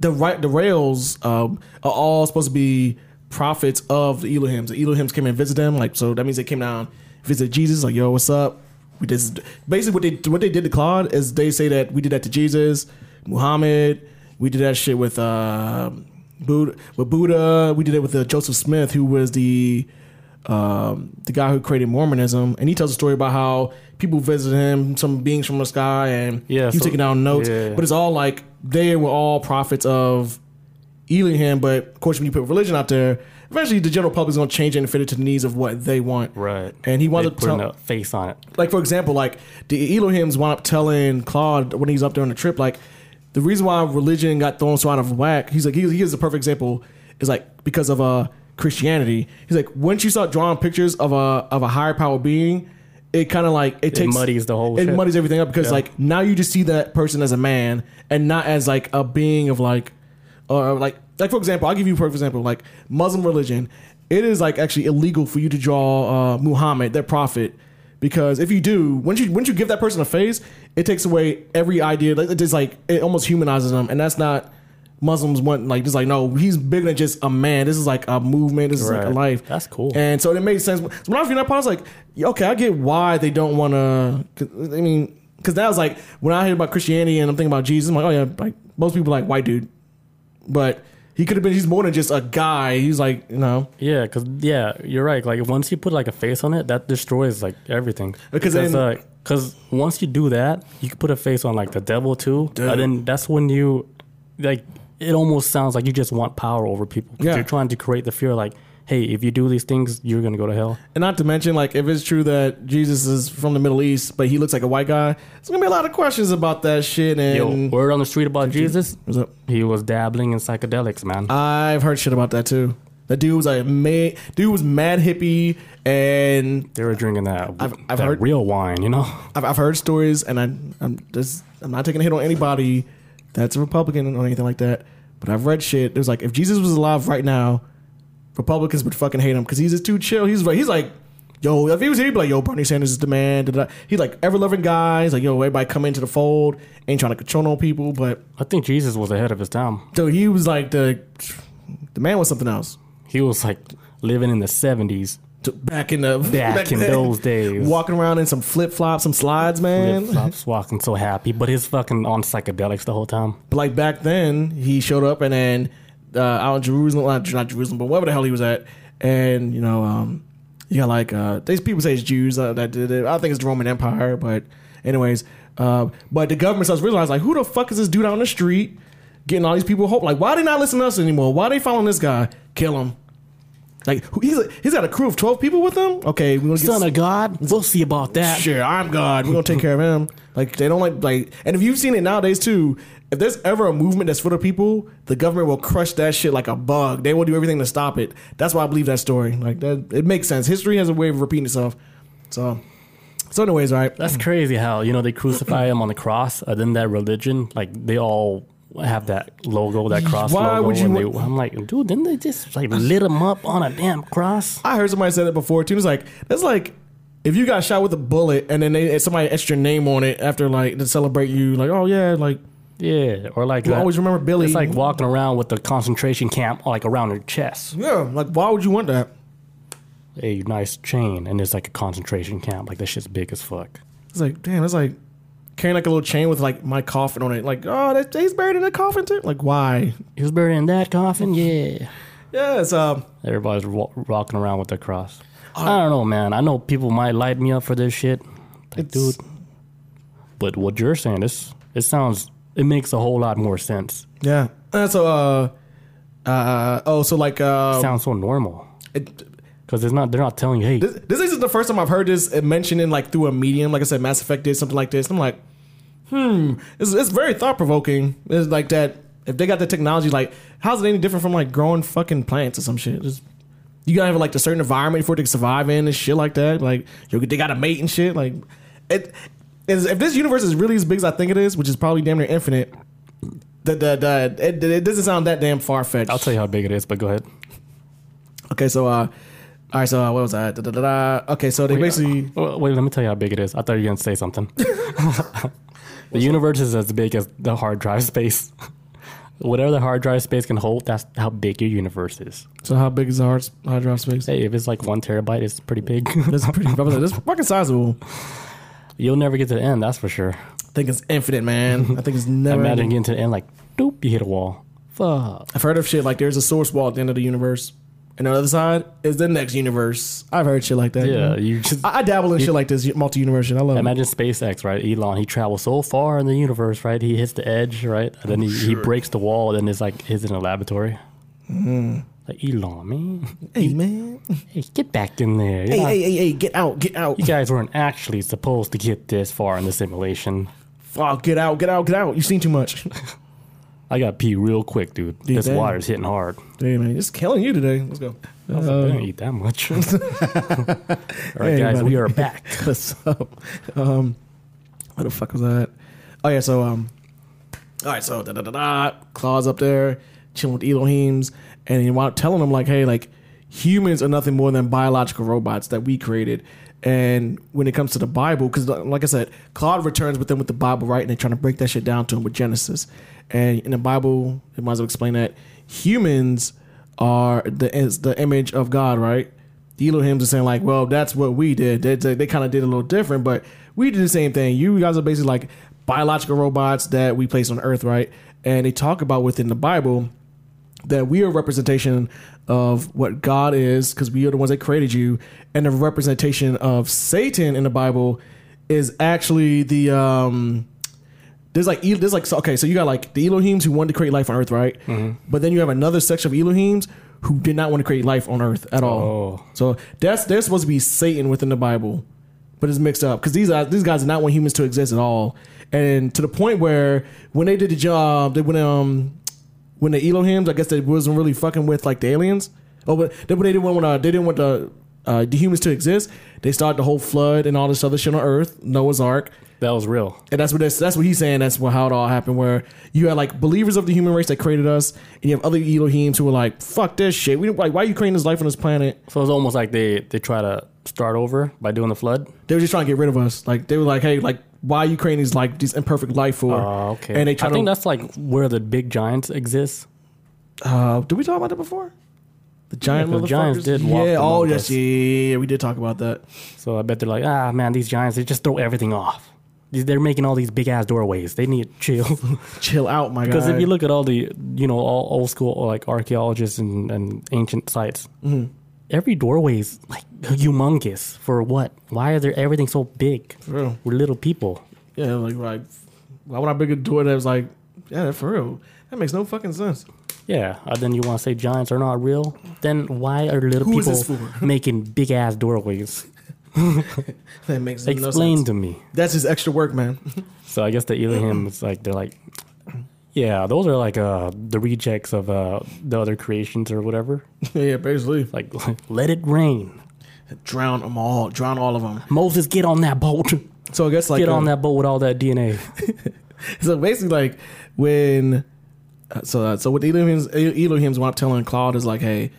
the right, the rails um, are all supposed to be prophets of the Elohims. The Elohims came and visited them, like so. That means they came down, visited Jesus, like yo, what's up? We just basically what they what they did to Claude is they say that we did that to Jesus, Muhammad. We did that shit with uh, Buddha. With Buddha, we did it with uh, Joseph Smith, who was the um, the guy who created Mormonism, and he tells a story about how people visited him, some beings from the sky, and Yeah, he was so- taking down notes. yeah. But it's all like they were all prophets of Elohim. But of course, when you put religion out there, eventually the general public is going to change it and fit it to the needs of what they want. Right. And he They're wanted to putting tell, a face on it. like for example, like the Elohims wound up telling Claude when he's up there on the trip, like the reason why religion got thrown so out of whack. He's like, he, he is a perfect example. Is like because of uh Christianity. He's like, once you start drawing pictures of a of a higher power being, it kind of like it takes muddies the whole It shit. muddies everything up because like now you just see that person as a man and not as like a being of like or like like for example, I'll give you a perfect example. Like Muslim religion, it is like actually illegal for you to draw uh, Muhammad, their prophet, because if you do, once you once you give that person a face, it takes away every idea. Like it just like it almost humanizes them, and that's not Muslims want. Like just like no, he's bigger than just a man. This is like a movement. This is like Right. a life. That's cool. And so it made sense. So when I was reading that part, I was like, yeah, okay, I get why they don't want to. I mean, because that was like when I hear about Christianity and I'm thinking about Jesus, I'm like, oh yeah, like most people are like white dude, but he could have been. He's more than just a guy. He's like, you know, Yeah, because yeah, you're right. Like once you put like a face on it, that destroys like everything. Because because uh, then- 'cause once you do that, you can put a face on like the devil too, and then that's when you like it almost sounds like you just want power over people. 'Cause Yeah. you're trying to create the fear like, hey, if you do these things, you're gonna go to hell. and not to mention like if it's true that Jesus is from the Middle East, but he looks like a white guy, there's gonna be a lot of questions about that shit. Yo, And word on the street about Jesus, what's up? he was dabbling in psychedelics, man. I've heard shit about that too. That dude was like, mad, dude was mad hippie, and they were drinking that I've- I've that heard- real wine, you know. I've, I've heard stories, and I, I'm just I'm not taking a hit on anybody that's a Republican or anything like that. But I've read shit. It was like if Jesus was alive right now, Republicans would fucking hate him because he's just too chill. He's like he's like, yo, if he was here, he'd be like, yo, Bernie Sanders is the man. da, da, da. He's like ever loving guy. He's like, yo, everybody come into the fold. Ain't trying to control no people, but I think Jesus was ahead of his time. so he was like the the man was something else. He was like living in the '70s. To- Back in the Back in then. those days. walking around in some flip flops, some slides, man. Flip-flops walking so happy, but he's fucking on psychedelics the whole time. But like back then, he showed up and then uh, out in Jerusalem, not, not Jerusalem, but wherever the hell he was at, and you know, um, you got like uh, these people say it's Jews uh, that did it. I think it's the Roman Empire, but anyways, uh, but the government starts realizing like, who the fuck is this dude out on the street getting all these people hope? Like, why they not listen to us anymore? Why they following this guy? Kill him. Like who- he's he's got a crew of twelve people with him. Okay, we're gonna get Son of God, we'll see about that. sure, I'm God. We're gonna take care of him. Like they don't like like and if you've seen it nowadays too, if there's ever a movement that's for the people, the government will crush that shit like a bug. They will do everything to stop it. That's why I believe that story. Like that it makes sense. History has a way of repeating itself. So so anyways, all right. That's crazy how, you know, they crucify him on the cross, and then that religion, like, they all have that logo, that cross Why logo. would you and wa- they, I'm like, dude, didn't they just, like, lit him up on a damn cross? I heard somebody say that before too. It's like that's like if you got shot with a bullet and then they somebody etched your name on it after like to celebrate you, like, oh yeah, like Yeah, or like, you that- always remember Billy. it's like walking around with the concentration camp, like, around your chest. Yeah, like why would you want that? A nice chain, and it's like a concentration camp. Like, that shit's big as fuck. It's like, damn, that's like carrying like a little chain with like my coffin on it. Like, oh, that, he's buried in a coffin too. Like, why? He was buried in that coffin? Yeah. Yeah, it's um, Everybody's wa- rocking around with their cross. I don't know, man. I know people might light me up for this shit, like, it's, dude. But what you're saying, this it sounds, it makes a whole lot more sense. Yeah, and so uh, uh, oh, so like It uh, sounds so normal it, because it's not. They're not telling you, hey, this, this isn't the first time I've heard this mentioned in like through a medium. Like I said, Mass Effect did something like this. I'm like, hmm, it's, it's very thought provoking. It's like that. If they got the technology, like, how's it any different from like growing fucking plants or some shit? Just, you gotta have like a certain environment for it to survive in and shit like that. Like, yo, they got a mate and shit. Like, it is if this universe is really as big as I think it is, which is probably damn near infinite. That that that it, it doesn't sound that damn far fetched. I'll tell you how big it is, but go ahead. Okay, so uh, all right, so uh, what was that? Da, da, da, da. Okay, so they basically Well, wait, let me tell you how big it is. I thought you were gonna say [LAUGHS] something. [LAUGHS] the universe is as big as the hard drive space. [LAUGHS] Whatever the hard drive space can hold, that's how big your universe is. So how big is the hard, hard drive space? Hey, if it's like one terabyte, it's pretty big. [LAUGHS] That's pretty. I was like, that's fucking sizable. You'll never get to the end, that's for sure. I think it's infinite, man. I think it's [LAUGHS] never. Imagine ending. getting to the end, like, doop, you hit a wall. Fuck. I've heard of shit like there's a source wall at the end of the universe, and on the other side is the next universe. I've heard shit like that. Yeah, you just [LAUGHS] I, I dabble in shit like this multi-universe shit. I love it. imagine SpaceX, right? Elon, he travels so far in the universe, right? He hits the edge, right? And then he, he breaks the wall, and then it's like, he's in a laboratory. Mm-hmm. Like, Elon, man, Hey man, hey, get back in there. You're hey not- hey hey hey, get out, get out, You guys weren't actually supposed to get this far in the simulation. fuck, get out, get out, get out. You've seen too much. [LAUGHS] I got to pee real quick, dude. Dude, this damn. water's hitting hard. Hey man, it's killing you today. Let's go. I was like, I don't eat that [LAUGHS] much. All right, guys, buddy. we are [LAUGHS] back. What's up? Um, what the fuck was that? Oh yeah, so um, all right, so da da da da, Claw's up there chilling with Elohims, and he wound up telling them like, hey, like humans are nothing more than biological robots that we created. And when it comes to the Bible, because like I said, Claude returns with them with the Bible, right? And they're trying to break that shit down to him with Genesis. And in the Bible, it might as well explain that humans are the is the image of God, right? the Elohims are saying like, well, that's what we did. They, they, kind of did a little different, but we did the same thing. You guys are basically like biological robots that we place on Earth, right? And they talk about within the Bible that we are a representation of what God is because we are the ones that created you, and the representation of Satan in the Bible is actually the um, there's like El- there's like so, okay, so you got like the Elohims who wanted to create life on Earth, right? But then you have another section of Elohims who did not want to create life on Earth at all. Oh. So that's they're supposed to be Satan within the Bible, but it's mixed up because these guys these guys did not want humans to exist at all, and to the point where when they did the job, they went um when the Elohims, I guess they wasn't really fucking with like the aliens. Oh, but they, but they didn't want uh, they didn't want the uh, the humans to exist. They started the whole flood and all this other shit on Earth, Noah's Ark. That was real. And that's what that's, that's what he's saying. That's what, how it all happened. Where you had like believers of the human race that created us, and you have other Elohims who were like, "Fuck this shit. We don't, like why are you creating this life on this planet? So it's almost like they, they try to start over by doing the flood. They were just trying to get rid of us. Like they were like, hey, like why are you creating these like these imperfect life for? Oh, okay. And they try I think to. that's like where the big giants exist. Uh, did we talk about that before? The giant Yeah, motherfuckers. 'cause the giants did walk yeah. Oh among yes. us. Yeah, yeah, yeah. We did talk about that. So I bet they're like, ah, man, these giants, they just throw everything off. They- They're making all these big ass doorways. They need [LAUGHS] to chill. Chill out, my guy. Because if you look at all the, you know, all old school like archaeologists and, and ancient sites, Mm-hmm. every doorway is like humongous. For what? Why are there everything so big? real. We're little people. Yeah, like like why would I pick a door that was like yeah for real? That makes no fucking sense. [LAUGHS] Yeah. And then you want to say giants are not real? Then why are little Who is people this for? [LAUGHS] making big ass doorways? That makes no Explain sense. to me. That's just extra work, man. So I guess the Elohim is like they're like, yeah, those are like uh the rejects of uh the other creations or whatever. yeah, basically. Like, [LAUGHS] let it rain. Drown them all. Drown all of them. Moses, get on that [LAUGHS] boat. So I guess like Get on uh, that boat with all that DNA. So basically, like when uh, so uh, so what the Elohim's Elohim's what I'm telling Claude is like, hey,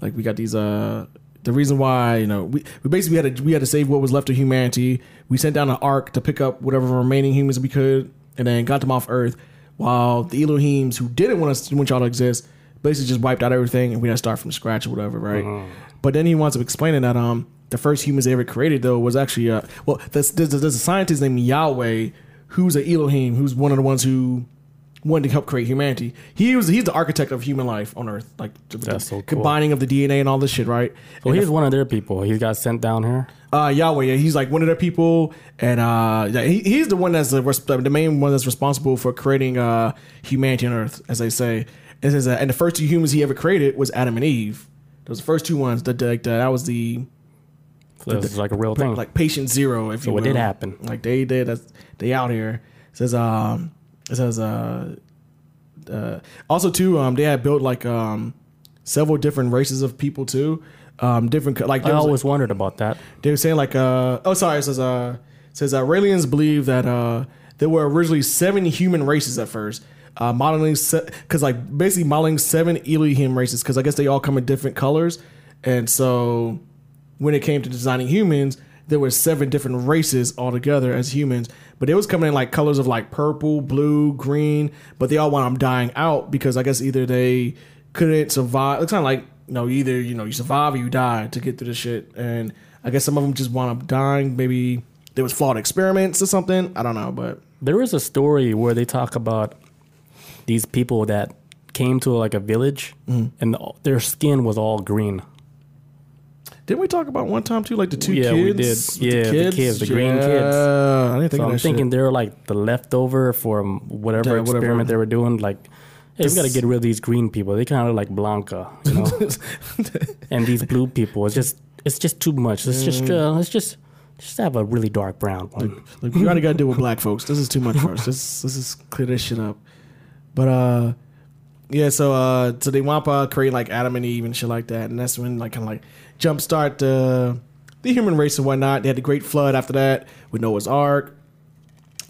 like we got these uh. The reason why you know we, we basically had to we had to save what was left of humanity. We sent down an ark to pick up whatever remaining humans we could, and then got them off Earth. While the Elohims who didn't want us want y'all to exist basically just wiped out everything, and we had to start from scratch or whatever, right? But then he wants to explaining that um the first humans they ever created though was actually uh well there's there's, there's a scientist named Yahweh who's an Elohim who's one of the ones who wanted to help create humanity. He was he's the architect of human life on Earth, like That's so cool. combining of the DNA and all this shit, right? Well, he's one of their people. He got sent down here. Uh, Yahweh, yeah, he's like one of their people, and uh, yeah, he, he's the one that's the, res- the main one that's responsible for creating uh humanity on Earth, as they say. It says, uh, and the first two humans he ever created was Adam and Eve. Those the first two ones. That that, that was the So this is like a real thing. like patient zero if you what did will. happen? like they did that's they out here it says um it says uh, uh also too um they had built like um several different races of people too um different co- like I there was, always wondered about that. they were saying like uh oh sorry it says uh it says uh, Raelians believe that uh there were originally seven human races at first. uh, modeling because like basically modeling seven Elohim races because I guess they all come in different colors, and so when it came to designing humans, there were seven different races altogether as humans, but it was coming in like colors of like purple, blue, green, but they all wound up dying out because I guess either they couldn't survive. It's kind of like you know either you know you survive or you die to get through this shit, and I guess some of them just wound up dying. Maybe there was flawed experiments or something. I don't know, but There is a story where they talk about these people that came to like a village Mm-hmm. and the, their skin was all green. didn't we talk about one time too, like the two Yeah, kids? we did. with Yeah, the kids, the green kids. Yeah, I didn't think So of that I'm thinking shit. they're like the leftover from whatever Yeah, whatever. experiment they were doing. Like, hey, we got to This- get rid of these green people. They kind of like Blanca, you [LAUGHS] know, and these blue people. It's just, it's just too much. Let's just, uh, let's just, just have a really dark brown one. Like we already got to deal with black folks. This is too much for us. This this is clear this shit up. But uh, yeah. So uh, so they want to create like Adam and Eve and shit like that, and that's when like kind of like jumpstart the the human race and whatnot. They had the Great Flood after that with Noah's Ark,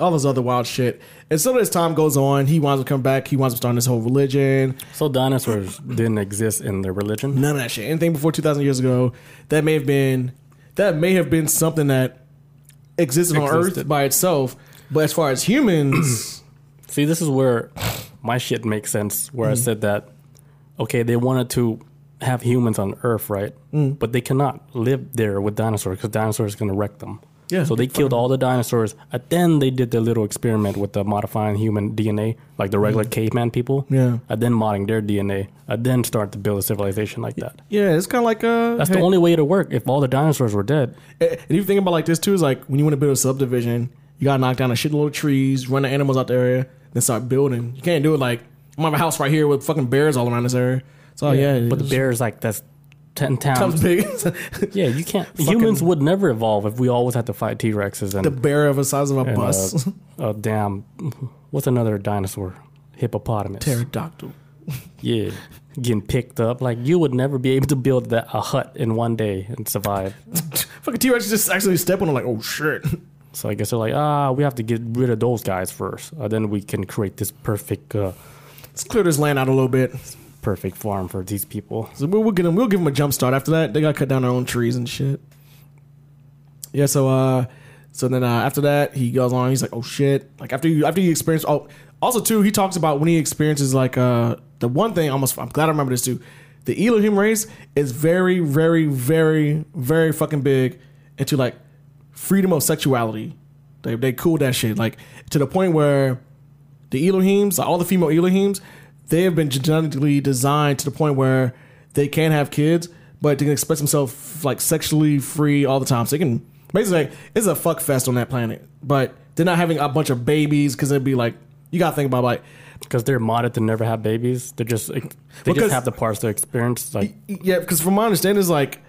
all this other wild shit. And so as time goes on, he wants to come back. He wants to start this whole religion. So dinosaurs didn't exist in their religion. None of that shit. Anything before two thousand years ago, that may have been that may have been something that existed, on Earth Existed. by itself. But as far as humans, See, this is where my shit makes sense. Where I Mm-hmm. said that, okay, they wanted to have humans on Earth, right? Mm. But they cannot live there with dinosaurs because dinosaurs going to wreck them. Yeah, So they fucking- killed all the dinosaurs, and then they did their little experiment with the modifying human DNA, like the regular caveman people. Mm. Yeah. And then modding their DNA, and then start to build a civilization like that. [CLEARS THROAT] yeah, it's kind of like uh, That's hey, the only way to work. If all the dinosaurs were dead, And if you think about like this too, is like when you want to build a subdivision, you gotta knock down a shitload of trees, run the animals out the area, then start building. You can't do it like I'm gonna have a house right here with fucking bears all around this area. So yeah, but the it's- bears like that's ten comes times. [LAUGHS] big. Yeah, you can't. humans would never evolve if we always had to fight T Rexes and the bear of the size of [LAUGHS] a and, uh, [LAUGHS] bus. oh damn! What's another dinosaur? Hippopotamus. Pterodactyl. Yeah, getting picked up. Like you would never be able to build that, a hut in one day and survive. fucking T Rex just actually step on it like oh shit. [LAUGHS] So I guess they're like, ah, we have to get rid of those guys first. Uh, then we can create this perfect, uh, Let's clear this land out a little bit. perfect farm for these people. So we'll, we'll get them. We'll give them a jump start. After that, they got to cut down their own trees and shit. Yeah. So uh, so then uh, after that, he goes on. He's like, oh shit. Like after you after you experience. Oh, also too, he talks about when he experiences like uh the one thing. Almost, I'm glad I remember this too. The Elohim race is very, very, very, very fucking big into like freedom of sexuality. They they cool that shit like to the point where the Elohims, all the female Elohims, they have been genetically designed to the point where they can have kids, but they can express themselves like sexually free all the time. So they can basically like, it's a fuck fest on that planet. But they're not having a bunch of babies because it'd be like you gotta think about like Because they're modded to never have babies. They're just, like, they Because- just have the parts to experience. Like, yeah, because from my understanding is like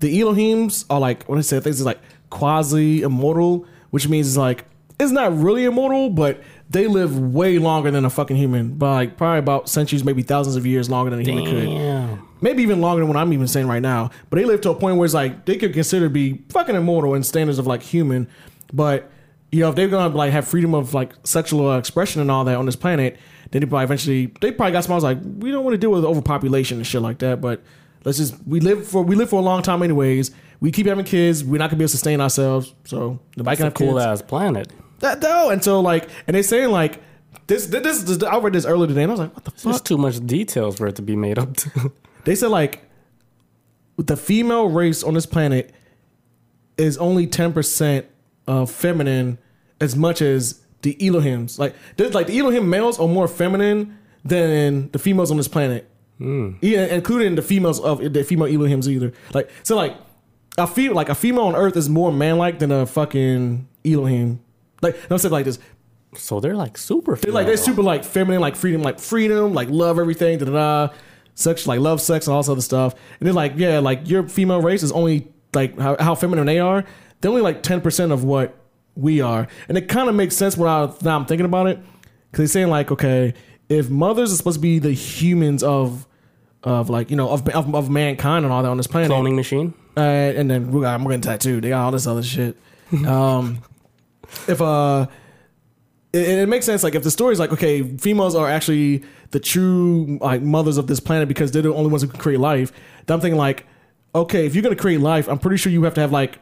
the Elohims are like when I say things is like quasi immortal, which means it's like it's not really immortal, but they live way longer than a fucking human by like probably about centuries, maybe thousands of years longer than a human could. damn. maybe even longer than what I'm even saying right now. But they live to a point where it's like they could consider to be fucking immortal in standards of like human. But you know, if they're gonna like have freedom of like sexual uh, expression and all that on this planet, then they probably eventually they probably got smiles like we don't want to deal with overpopulation and shit like that. But let's just we live for we live for a long time anyways. We keep having kids. We're not gonna be able to sustain ourselves. So nobody It's can a have kids. cool ass planet. That though, and so like, and they saying like. This, this, this, I read this earlier today, and I was like, "What the fuck?" There's too much details for it to be made up to. [LAUGHS] They said like the female race on this planet is only ten percent of feminine as much as the Elohims. Like there's like the Elohim males are more feminine than the females on this planet. Yeah, including the females of the female Elohims either. Like so like a female like a female on Earth is more manlike than a fucking Elohim. Like I'm saying like this. so they're like super. They're like they're super like feminine, like freedom, like freedom, like love, everything, da da da, sex, like love, sex, and all this other stuff. And they're like, yeah, like your female race is only like how, how feminine they are. They're only like ten percent of what we are, and it kind of makes sense when I now I'm thinking about it because they're saying like, okay, if mothers are supposed to be the humans of of like you know of of, of mankind and all that on this planet, cloning machine. uh, and then we got, I'm getting tattooed. They got all this other shit. Um, if uh, it, it makes sense. Like if the story's like, okay, females are actually the true like mothers of this planet because they're the only ones who can create life. Then I'm thinking like, okay, if you're gonna create life, I'm pretty sure you have to have like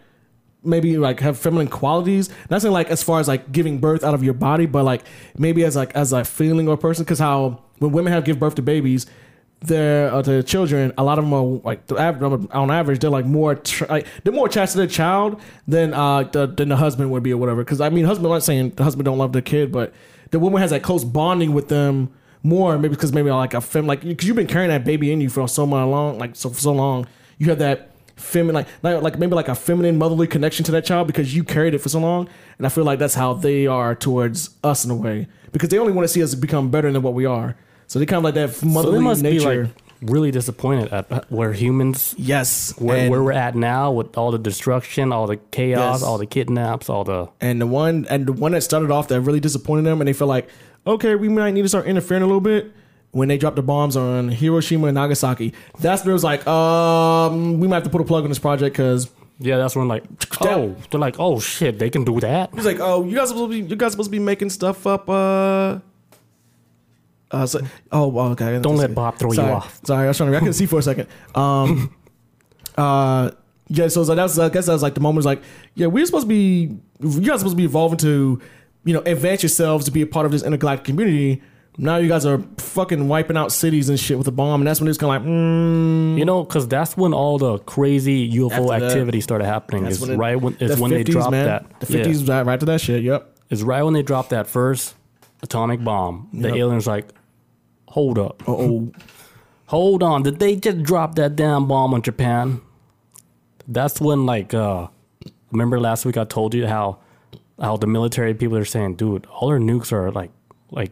maybe like have feminine qualities. Not saying like as far as like giving birth out of your body, but like maybe as like as a feeling or person. Because how when women have give birth to babies, their uh, their children, a lot of them are like the av- on average they're like more tr- like, they're more attached to their child than uh the, than the husband would be or whatever. Because I mean, husband. I'm not saying the husband don't love the kid, but the woman has that close bonding with them more maybe because maybe like a fem like because you've been carrying that baby in you for so long like so so long you have that feminine like, like like maybe like a feminine motherly connection to that child because you carried it for so long and i feel like that's how they are towards us in a way because they only want to see us become better than what we are so they kind of like that So motherly they must nature be like really disappointed at uh, where humans yes where, and, where we're at now with all the destruction, all the chaos, Yes. all the kidnaps, all the and the one and the one that started off that really disappointed them and they feel like okay we might need to start interfering a little bit when they dropped the bombs on hiroshima and nagasaki that's when it was like um we might have to put a plug on this project because yeah. That's when like oh they're like oh shit they can do that. He's like, oh, you guys supposed to be you guys supposed to be making stuff up. Uh, uh so, oh, well, okay. Don't let Bob throw you Sorry. off. Sorry, I was trying to. I couldn't see for a second. [LAUGHS] Um, uh, yeah. So, so that's I guess that was like the moment. Was like, yeah, we're supposed to be you guys are supposed to be evolving to, you know, advance yourselves to be a part of this intergalactic community. Now you guys are fucking wiping out cities and shit with a bomb, and that's when it's kind of like, mm, You know, because that's when all the crazy UFO After that. activity started happening. that's Is it- right when is the when they 50s, dropped man. that. The Yeah. fifties, right, right to that shit. Yep. It's right when they dropped that first atomic bomb. The Yep. aliens like, hold up, Uh oh. hold on. Did they just drop that damn bomb on Japan? That's when like, uh, remember last week I told you how how the military people are saying, dude, all our nukes are like like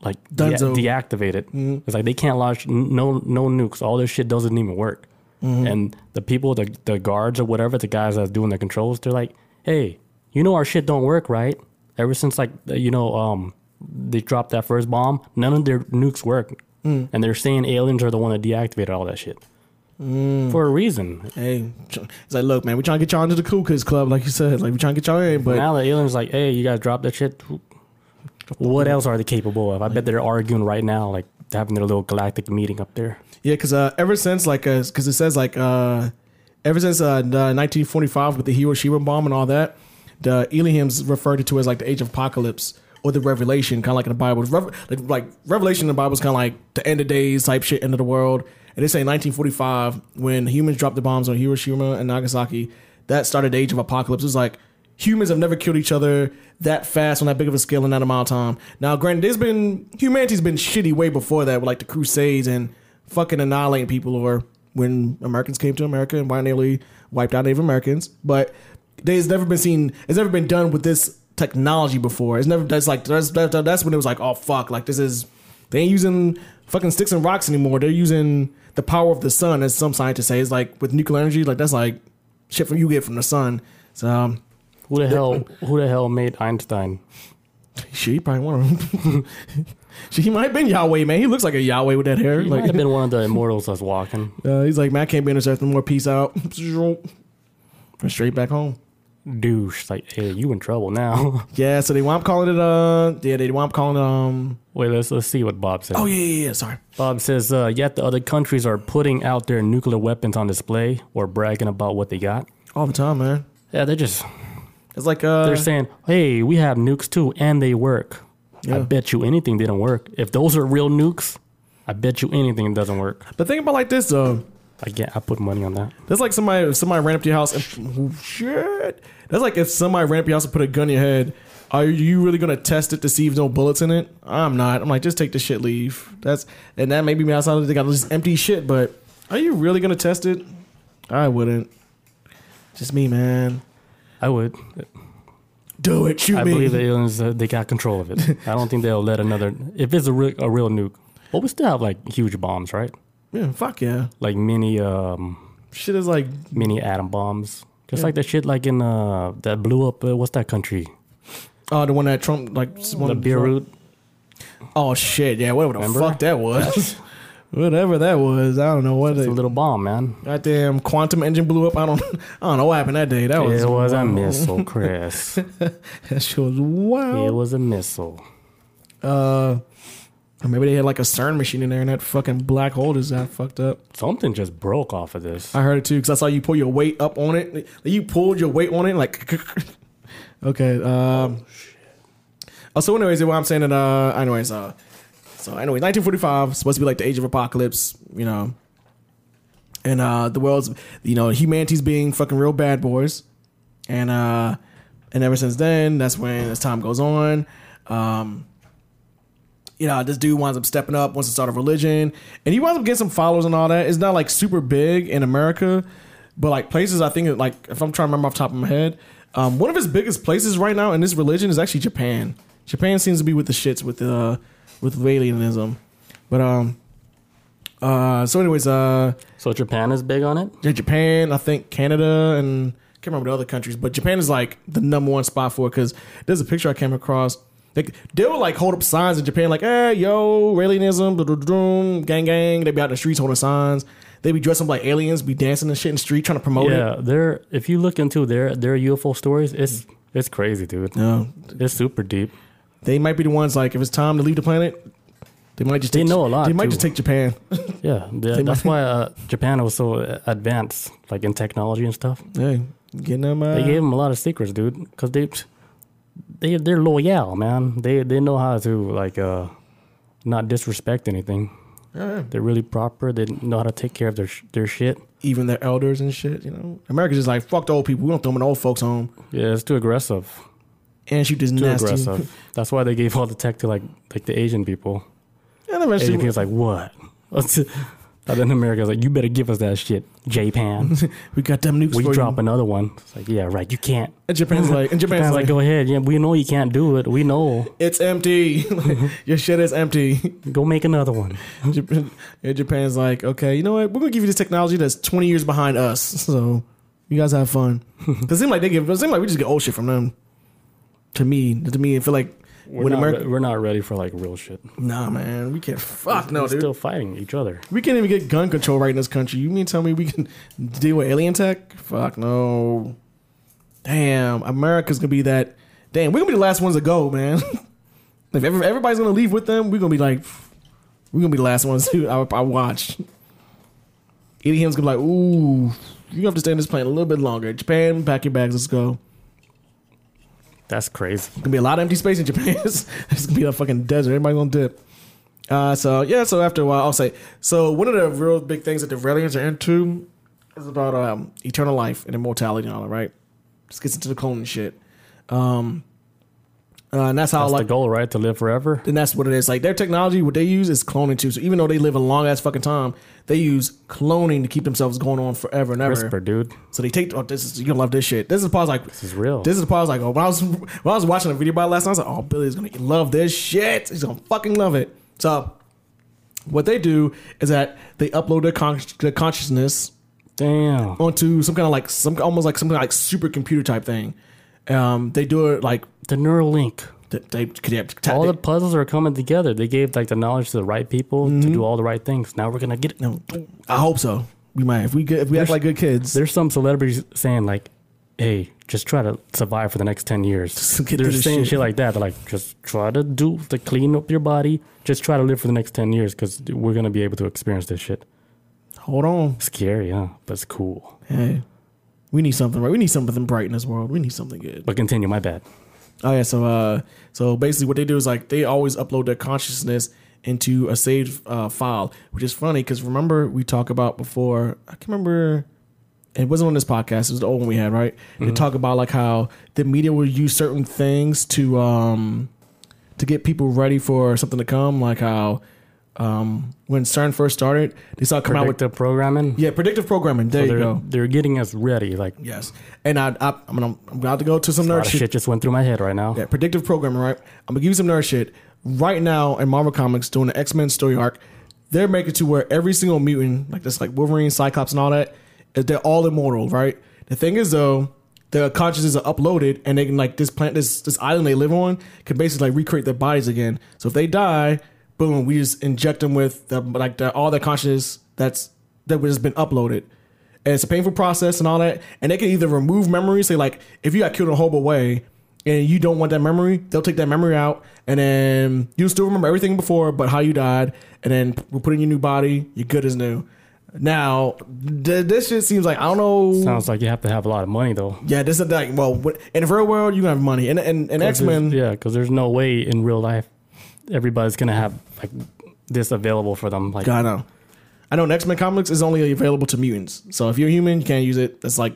like de- Dunzo. deactivated. It's like they can't launch n- no no nukes. All their shit doesn't even work. And the people, the the guards or whatever, the guys that's doing the controls, they're like, hey, you know our shit don't work, right? Ever since like the- you know um they dropped that first bomb, none of their nukes work. And they're saying aliens are the one that deactivated all that shit. For a reason. Hey, tr- it's like, look, man, we trying to get y'all into the Cool Kids Club, like you said. Like, we trying to get y'all in, but now the aliens like, hey, you guys dropped that shit. What else are they capable of? I bet they're arguing right now, like having their little galactic meeting up there. yeah, because uh, ever since, like, because it says, like, uh, ever since uh, the 1945 with the Hiroshima bomb and all that, the Eliams referred to as, like, the Age of Apocalypse or the Revelation, kind of like in the Bible. Rev- like, like, Revelation in the Bible is kind of like the end of days type shit, end of the world. And they say in 1945, when humans dropped the bombs on Hiroshima and Nagasaki, that started the Age of Apocalypse. It was like, humans have never killed each other that fast on that big of a scale in that amount of time. Now, granted, there's been humanity's been shitty way before that with like the Crusades and fucking annihilating people, or when Americans came to America and white nearly wiped out Native Americans. But there's never been seen. It's never been done with this technology before. It's never. That's like that's that, that- that's when it was like, oh fuck, like this is they ain't using fucking sticks and rocks anymore. They're using the power of the sun, as some scientists say. It's like with nuclear energy, like that's like shit from you get from the sun. So um, Who the hell? Who the hell made Einstein? She probably one of them. [LAUGHS] she he might have been Yahweh, man. He looks like a Yahweh with that hair. He might like have been one of the immortals that's walking. uh, he's like, man, I can't be on this earth no more. Peace out. [LAUGHS] Straight back home. Douche. Like, hey, you in trouble now? [LAUGHS] Yeah, so they wound up calling it uh yeah, they wound up calling it um Wait, let's let's see what Bob says. Oh yeah, yeah, yeah, sorry. Bob says, uh, yet the other countries are putting out their nuclear weapons on display or bragging about what they got. All the time, man. Yeah, they're just It's like uh they're saying, hey, we have nukes too, and they work. I Yeah. bet you anything they don't work. If those are real nukes, I bet you anything it doesn't work. the thing about like this though, I get, I put money on that. that's like somebody if somebody ran up to your house and oh, shit. That's like if somebody ran up to your house and put a gun in your head. Are you really gonna test it to see if no bullets in it? I'm not. I'm like, just take the shit, leave. That's and that may be me outside. They got just empty shit, but are you really gonna test it? I wouldn't. Just me, man. I would. Do it. Shoot I me. believe the aliens uh, they got control of it. I don't think they'll let another. If it's a real, a real nuke, well, we still have like huge bombs, right? Yeah, fuck yeah. Like mini, um, Shit is like mini atom bombs, just Yeah. like the shit like in uh that blew up. Uh, what's that country? oh the one that Trump like s- one the Beirut. Oh shit, yeah, whatever the Remember? fuck that was. [LAUGHS] Whatever that was, I don't know what It's it. a little bomb, man. Goddamn quantum engine blew up. I don't. [LAUGHS] I don't know what happened that day. That was. it was a wild. missile, [LAUGHS] Chris. it That shit was wild. was a missile. Uh, or maybe they had like a CERN machine in there, and that fucking black hole just got fucked up. Something just broke off of this. I heard it too because I saw you pull your weight up on it. Like, You pulled your weight on it, like. [LAUGHS] okay. Um, oh, so anyways, what I'm saying that uh, anyways, uh, so anyways, 1945 supposed to be like the age of apocalypse, you know, and uh, the world's, you know, humanity's being fucking real bad boys, and uh, and ever since then, that's when as time goes on, um. You know, this dude winds up stepping up, wants to start a religion, and he winds up getting some followers and all that. It's not like super big in America, but like places I think like if I'm trying to remember off the top of my head, um, one of his biggest places right now in this religion is actually Japan. Japan seems to be with the shits with uh with alienism, but um uh so anyways uh So Japan is big on it. yeah, Japan, I think Canada, and I can't remember the other countries, but Japan is like the number one spot for it because there's a picture I came across. Like they would like hold up signs in Japan, like "Hey, yo, alienism, blah, blah, blah, gang, gang." They be out in the streets holding signs. They be dressed up like aliens, be dancing and shit in the street, trying to promote it. Yeah, they're if you look into their their UFO stories, it's it's crazy, dude. No, It's super deep. they might be the ones like if it's time to leave the planet, they might just They take, know a lot, They might too. just take Japan. Yeah, th- that's why uh, Japan was so uh, advanced, like in technology and stuff. hey, getting them. Uh, They gave them a lot of secrets, dude, because they they they're loyal, man. They they know how to like uh not disrespect anything. yeah, They're really proper. They know how to take care of their sh- their shit. even their elders and shit. You know, America's just like fuck the old people. We don't throw them in the old folks home Yeah, it's too aggressive. and shoot this Too nasty. aggressive. That's why they gave all the tech to like like the Asian people. And the rest Asian of people's like what? [LAUGHS] and then America's like, you better give us that shit, [LAUGHS] Japan. We got them nukes We for drop you. another one. It's like, yeah, right. You can't. And Japan's like, and Japan's, Japan's like, like, go ahead. Yeah, we know you can't do it. We know. it's empty. [LAUGHS] [LAUGHS] Your shit is empty. [LAUGHS] Go make another one. Japan, and Japan's like, okay, you know what? We're gonna give you this technology that's twenty years behind us. [LAUGHS] So you guys have [LAUGHS] fun. 'Cause it seems like they give. It seems like we just get old shit from them. To me, to me, it feel like We're, when not, America, re- we're not ready for like real shit. nah, man, we can't. Fuck no, we're dude. still fighting each other. we can't even get gun control right in this country. You mean tell me we can deal with alien tech? Fuck no. Damn, America's gonna be that. Damn, we're gonna be the last ones to go, man. [LAUGHS] if every, everybody's gonna leave with them, we're gonna be like, we're gonna be the last ones to I, I watch. EDM's gonna be like, ooh, you have to stay in this plane a little bit longer. Japan, pack your bags, let's go. That's crazy. Gonna be a lot of empty space in Japan. [LAUGHS] it's gonna be a fucking desert. Everybody's gonna dip. Uh, so yeah, so after a while, I'll say. So one of the real big things that the Relians are into is about um, eternal life and immortality and all that, right? Just gets into the cloning shit. Um, uh, and that's how That's like the goal, right? To live forever. and that's what it is. Like their technology, what they use is cloning too. So even though they live a long ass fucking time, they use cloning to keep themselves going on forever and ever. CRISPR, dude. So they take. Oh, this is you're gonna love this shit. This is part like This is real. this is the part I was like, oh, when I was when I was watching a video about it last night, I was like, oh, Billy's gonna love this shit. He's gonna fucking love it. So, what they do is that they upload their, con- their consciousness Damn. onto some kind of like some almost like some kind of like supercomputer type thing. Um, they do it like The Neuralink. they, they, they, All the puzzles are coming together. They gave like the knowledge to the right people Mm-hmm. to do all the right things. Now we're gonna get it. no, I hope so. We might if we get, if we act like good kids. There's some celebrities saying like, "Hey, just try to survive for the next ten years." Just get They're through this saying shit. shit like that. They're like, "Just try to do to clean up your body. Just try to live for the next ten years because we're gonna be able to experience this shit." Hold on, Scary, huh? But it's cool. hey, we need something right. We need something bright in this world. We need something good. But continue. My bad. Oh yeah, so uh, so basically what they do is like they always upload their consciousness into a saved uh, file, which is funny because remember we talked about before. I can remember it wasn't on this podcast; it was the old one we had, right? They talk about like how the media will use certain things to um to get people ready for something to come, like how um when CERN first started, they started coming out with Predictive programming. yeah predictive programming. There you they're go. they're getting us ready. Like a Yes, and I, I I'm gonna, I'm about to go to some nerd lot of shit. shit just went through my head right now. Yeah, predictive programming, right? I'm gonna give you some nerd shit. Right now in Marvel Comics, doing the X Men story arc, they're making to where every single mutant, like this, like Wolverine, Cyclops, and all that, is they're all immortal, right? The thing is though, their consciousness are uploaded, and they can like this plant, this this island they live on, can basically like recreate their bodies again. So if they die, boom, we just inject them with the, like the, all the consciousness that's that has been uploaded. And it's a painful process and all that. And they can either remove memory, say like if you got killed in a horrible way and you don't want that memory, they'll take that memory out and then you still remember everything before, but how you died, and then we'll put in your new body, you're good as new. Now, th- this shit seems like I don't know. Sounds like you have to have a lot of money though. yeah, this is like well, what- in the real world, you have money, and and, and X Men, Yeah, because there's no way in real life everybody's gonna have like this available for them. Like God, I know. I know in X Men comics is only available to mutants. So if you're human, you can't use it. It's like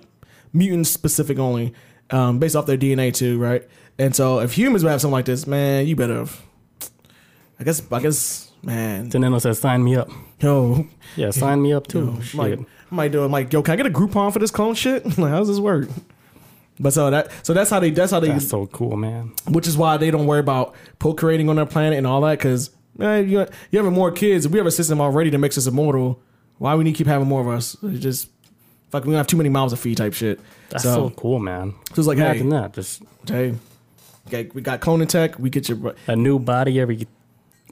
mutant specific only, um, based off their DNA too, right? And so if humans would have something like this, man, you better. have- I guess. I guess, man. Danilo says, "Sign me up." Yo, Yeah, sign me up too. I Oh, Shit. might, I might do it. I'm like, yo, can I get a Groupon for this clone shit? [LAUGHS] like, how does this work? But so that so that's how they that's how they That's so cool, man. which is why they don't worry about procreating on their planet and all that because you, you having more kids we have a system already that makes us immortal why we need to keep having more of us It's just fuck we don't have too many mouths to feed type shit That's so, so, cool, man. so it's like Imagine hey, that. Just hey okay, we got cloning tech we get your bro- a new body every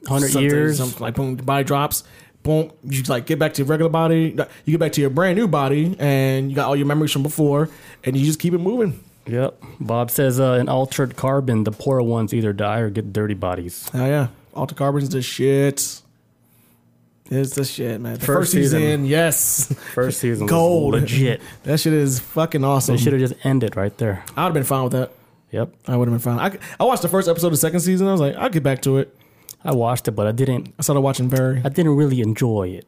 hundred something- years. something like boom the body drops boom you like get back to your regular body you get back to your brand new body and you got all your memories from before and you just keep it moving Yep. Bob says, uh, "In altered carbon, the poor ones either die or get dirty bodies." Oh yeah, Alter Carbon's the shit. It's the shit, man. The first, First season, season. [LAUGHS] yes, First season Gold. was [LAUGHS] legit. that shit is fucking awesome. They should have just ended right there. I'd have been fine with that. Yep. I would have been fine. I, I watched the first episode of the second season. I was like, I'll get back to it. I watched it, but I didn't. I started watching Barry. I didn't really enjoy it.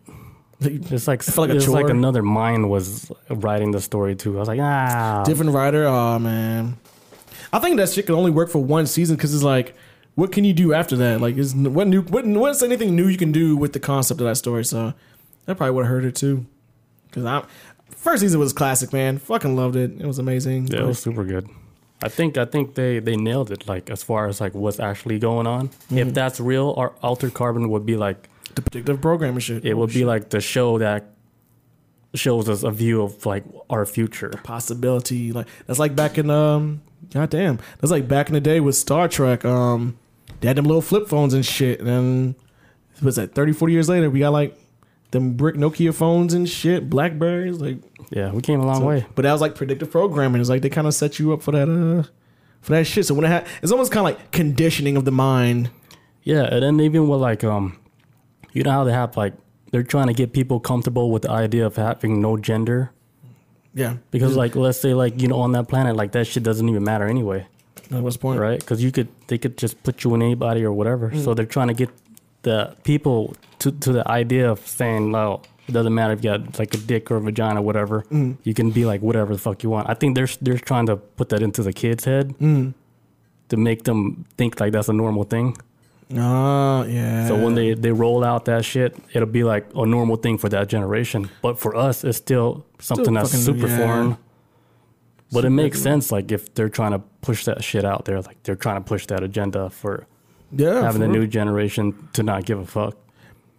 It's like felt like a it's like chore. another mind was writing the story too. I was like, ah, Different writer. Oh man, I think that shit can only work for one season because it's like, what can you do after that? Like, is what new? What, what's anything new you can do with the concept of that story? So that probably would have hurt it too. Because I first season was classic, man. Fucking loved it. It was amazing. yeah, it was super good. I think I think they they nailed it. Like as far as like what's actually going on, if that's real, our Altered Carbon would be like the predictive programming shit. it would be like the show that shows us a view of like our future. possibility. Like that's like back in um goddamn. That's like back in the day with Star Trek. Um they had them little flip phones and shit. And then was that 30, 40 years later, we got like them brick Nokia phones and shit, Blackberries, like Yeah, we came a long way. but that was like predictive programming. It's like they kind of set you up for that uh for that shit. So when it ha- it's almost kinda like conditioning of the mind. Yeah, and then even with like um, you know how they have like they're trying to get people comfortable with the idea of having no gender Yeah. because like let's say like you know on that planet like that shit doesn't even matter anyway. That was the point. right? Because you could, they could just put you in anybody or whatever. So they're trying to get the people to, to the idea of saying, "No, it doesn't matter if you got like a dick or a vagina, whatever. You can be like whatever the fuck you want." I think they're they're trying to put that into the kids' head Mm. to make them think like that's a normal thing. Ah, yeah. So when they they roll out that shit, it'll be like a normal thing for that generation. But for us, it's still something that's fucking- super yeah. foreign. But it makes sense, like if they're trying to push that shit out there, like they're trying to push that agenda for yeah, having for the real. new generation to not give a fuck.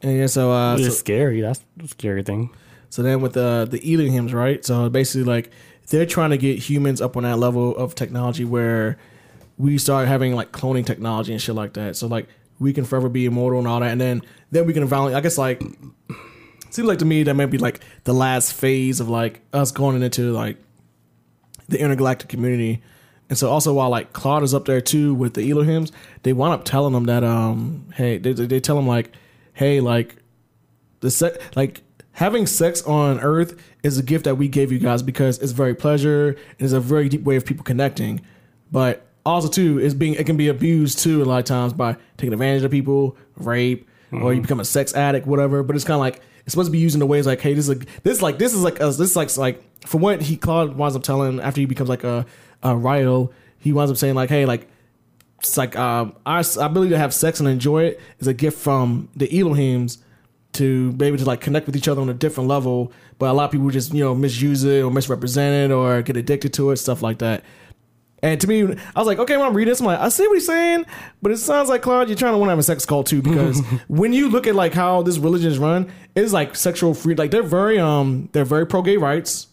and yeah, so uh so- It's scary. That's a scary thing. So then with uh, the the Ealing hymns, right? So basically, like they're trying to get humans up on that level of technology where we start having like cloning technology and shit like that. So like we can forever be immortal and all that, and then then we can finally, I guess, like seems like to me that might be like the last phase of like us going into like the intergalactic community. And so also while like Claude is up there too with the Elohims, they wind up telling them that um hey they they they tell them like hey like the sex like having sex on earth is a gift that we gave you guys because it's very pleasure and it's a very deep way of people connecting but also too is being it can be abused too a lot of times by taking advantage of people rape or you become a sex addict whatever but it's kind of like it's supposed to be used in a ways like hey this is a, this is like this is like a, this is like like for what he Claude winds up telling after he becomes like a, a Ryo he winds up saying like hey like it's like um, our, our ability to have sex and enjoy it is a gift from the Elohims to be able to like connect with each other on a different level. But a lot of people just you know misuse it or misrepresent it or get addicted to it, stuff like that. And to me, I was like, okay, when I'm reading this, I'm like, I see what he's saying, but it sounds like Claude, you're trying to want to have a sex cult too, because when you look at like how this religion is run, it's like sexual free. Like they're very um, they're very pro gay rights,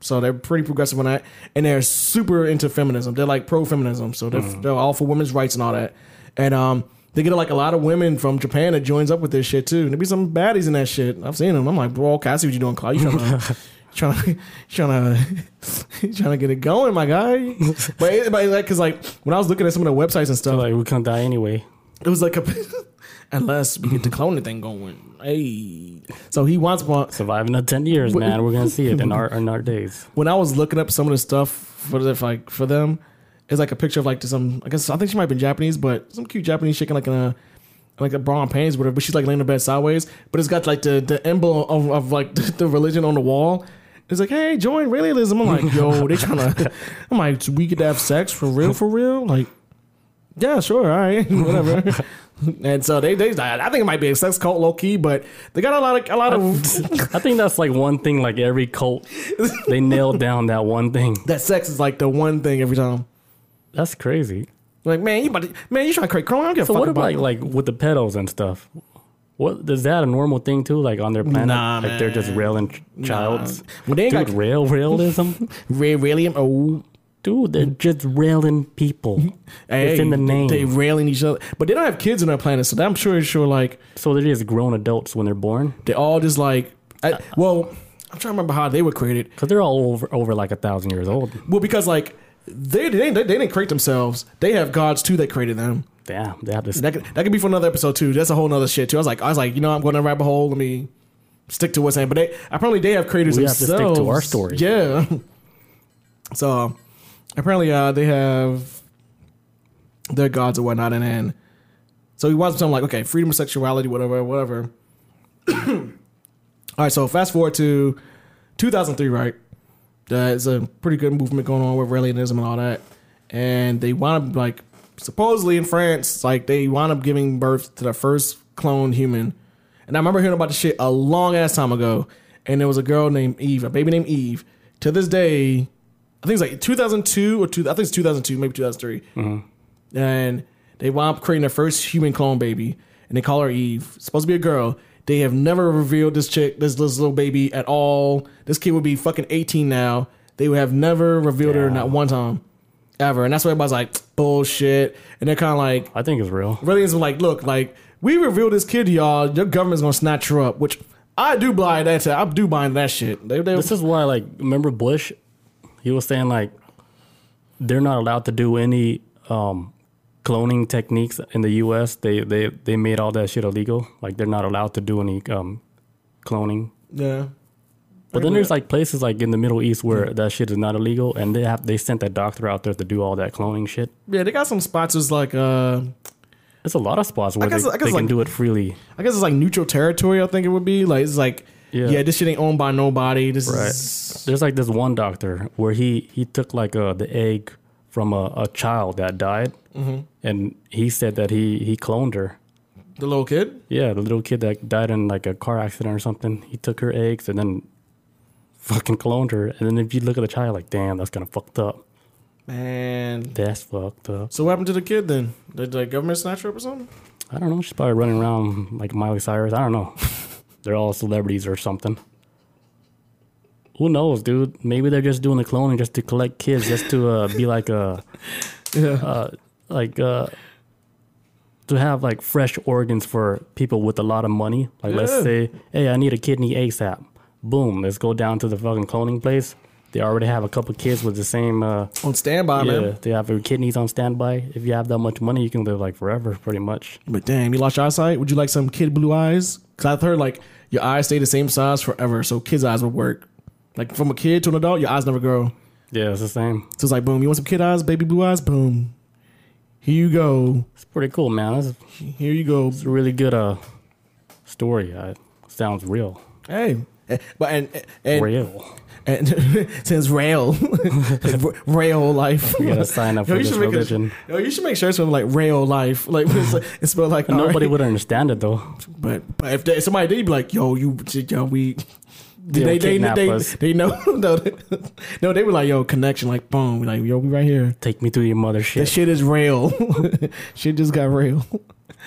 so they're pretty progressive on that, and they're super into feminism. They're like pro feminism, so they're, they're all for women's rights and all that. And um, They get like a lot of women from Japan that joins up with this shit too. And there be some baddies in that shit. I've seen them. I'm like, bro, okay, I see what you doing, Cloud. You trying to, trying to, trying [LAUGHS] to, trying to get it going, my guy. But it, but like, cause like when I was looking at some of the websites and stuff, Like we can't die anyway. it was like a, [LAUGHS] unless we get the cloning thing going. Hey, so he wants one. Surviving the ten years, man. We're gonna see it in our in our days. when I was looking up some of the stuff for the, for, like for them, it's like a picture of like some I guess I think she might have been Japanese, but some cute Japanese chicken like in a like a bra and panties, whatever. But she's like laying in bed sideways, but it's got like the the emblem of, of like [LAUGHS] the, religion on the wall. It's like, hey, join realism. I'm like, yo, they trying to. [LAUGHS] I'm like, so we could have sex for real, for real. Like, yeah, sure, all right, [LAUGHS] whatever. and so they, they, I think it might be a sex cult, low key, but they got a lot of a lot of [LAUGHS] I think that's like one thing. Like every cult, they nailed down that one thing. that sex is like the one thing every time. That's crazy. Like, man, you about to, man, you trying to create Chrome? I don't give a So fuck what about about it. like with the pedals and stuff? What is that a normal thing too? Like on their planet, Nah, like they're just man. railing ch- childs. [LAUGHS] Well, they ain't Dude, got- rail realism. Ray William. Oh, Dude, they're just railing [LAUGHS] people. hey, it's in the name. They railing each other, but they don't have kids on their planet, so I'm sure, sure, like so they're just grown adults when they're born, they all just like. I, well, I'm trying to remember how they were created. because they're all over over like a thousand years old. Well, because like they, they they didn't create themselves; they have gods too that created them. Damn, they have to. That could, that could be for another episode too. That's a whole nother shit too. I was like, I was like, you know, I'm going to rabbit hole. Let me stick to what's happening. But they apparently they have creators We have to themselves. stick to our story. Yeah. [LAUGHS] so apparently uh, they have their gods and whatnot, and then so he wants something like okay, freedom of sexuality, whatever, whatever. [COUGHS] All right, so fast forward to 2003, right? There's a pretty good movement going on with Raelianism and all that, and they wound up like supposedly in France, like they wound up giving birth to the first cloned human. And I remember hearing about this shit a long ass time ago, and there was a girl named Eve, a baby named Eve. To this day, I think it's like 2002 or two, I think it's 2002, maybe 2003. And they wound up creating their first human clone baby, and they call her Eve. It's supposed to be a girl. They have never revealed this chick, this, this little baby at all. This kid would be fucking 18 now. They would have never revealed her not one time, ever. And that's why everybody's like, bullshit. And they're kind of like, I think it's real. really is like, look, like we reveal this kid to y'all, your government's gonna snatch her up, which I do buy that. shit. I do buying that shit. They, they, This is why, like, remember Bush? He was saying like they're not allowed to do any um, cloning techniques in the U.S. They they they made all that shit illegal. Like they're not allowed to do any um, cloning. yeah. But then there's like places like in the Middle East where Hmm. that shit is not illegal, and they have they sent that doctor out there to do all that cloning shit. Yeah, they got some sponsors like uh There's a lot of spots where guess- they, I guess, they can like- do it freely. I guess it's like neutral territory, I think it would be. Like it's like Yeah. yeah, this shit ain't owned by nobody. This is There's like this one doctor where he he took like uh, the egg from a, a child that died, and he said that he he cloned her. the little kid. Yeah, the little kid that died in like a car accident or something. He took her eggs and then fucking cloned her. And then if you look at the child, like, damn, that's kind of fucked up. Man. That's fucked up. So what happened to the kid then? Did the government snatch her up or something? I don't know. She's probably running around like Miley Cyrus. I don't know. [LAUGHS] they're all celebrities or something. Who knows, dude? Maybe they're just doing the cloning just to collect kids, just to uh, be like a, Yeah. uh, like uh, to have like fresh organs for people with a lot of money. Like, let's Yeah. say, hey, I need a kidney ASAP. Boom, let's go down to the fucking cloning place. They already have a couple kids with the same. Uh, On standby, yeah, man. they have your kidneys on standby. If you have that much money, you can live like forever, pretty much. But damn, you lost your eyesight? Would you like some kid blue eyes? Cause I've heard like your eyes stay the same size forever, so kids' eyes would work. Like from a kid to an adult, your eyes never grow. Yeah, it's the same. So it's like boom, you want some kid eyes, baby blue eyes, boom. Here you go. It's pretty cool, man. That's Here you go. It's a really good uh story. Uh, sounds real. Hey. Eh, But and and, Real. and [LAUGHS] [LAUGHS] since rail rail life. You [LAUGHS] gotta sign up Yo, for you this should make a- [LAUGHS] religion. Yo, you should make sure it's from like rail life. Like [LAUGHS] it's, like, it's [LAUGHS] spelled like But nobody alright. would understand it though. But but if they, somebody did, you'd be like, yo, you, yo, we. They'll They, they, kidnap they, us. they know [LAUGHS] no, they, no they were like yo connection like boom we like yo we right here Take me to your mother this shit. shit is real [LAUGHS] shit just got real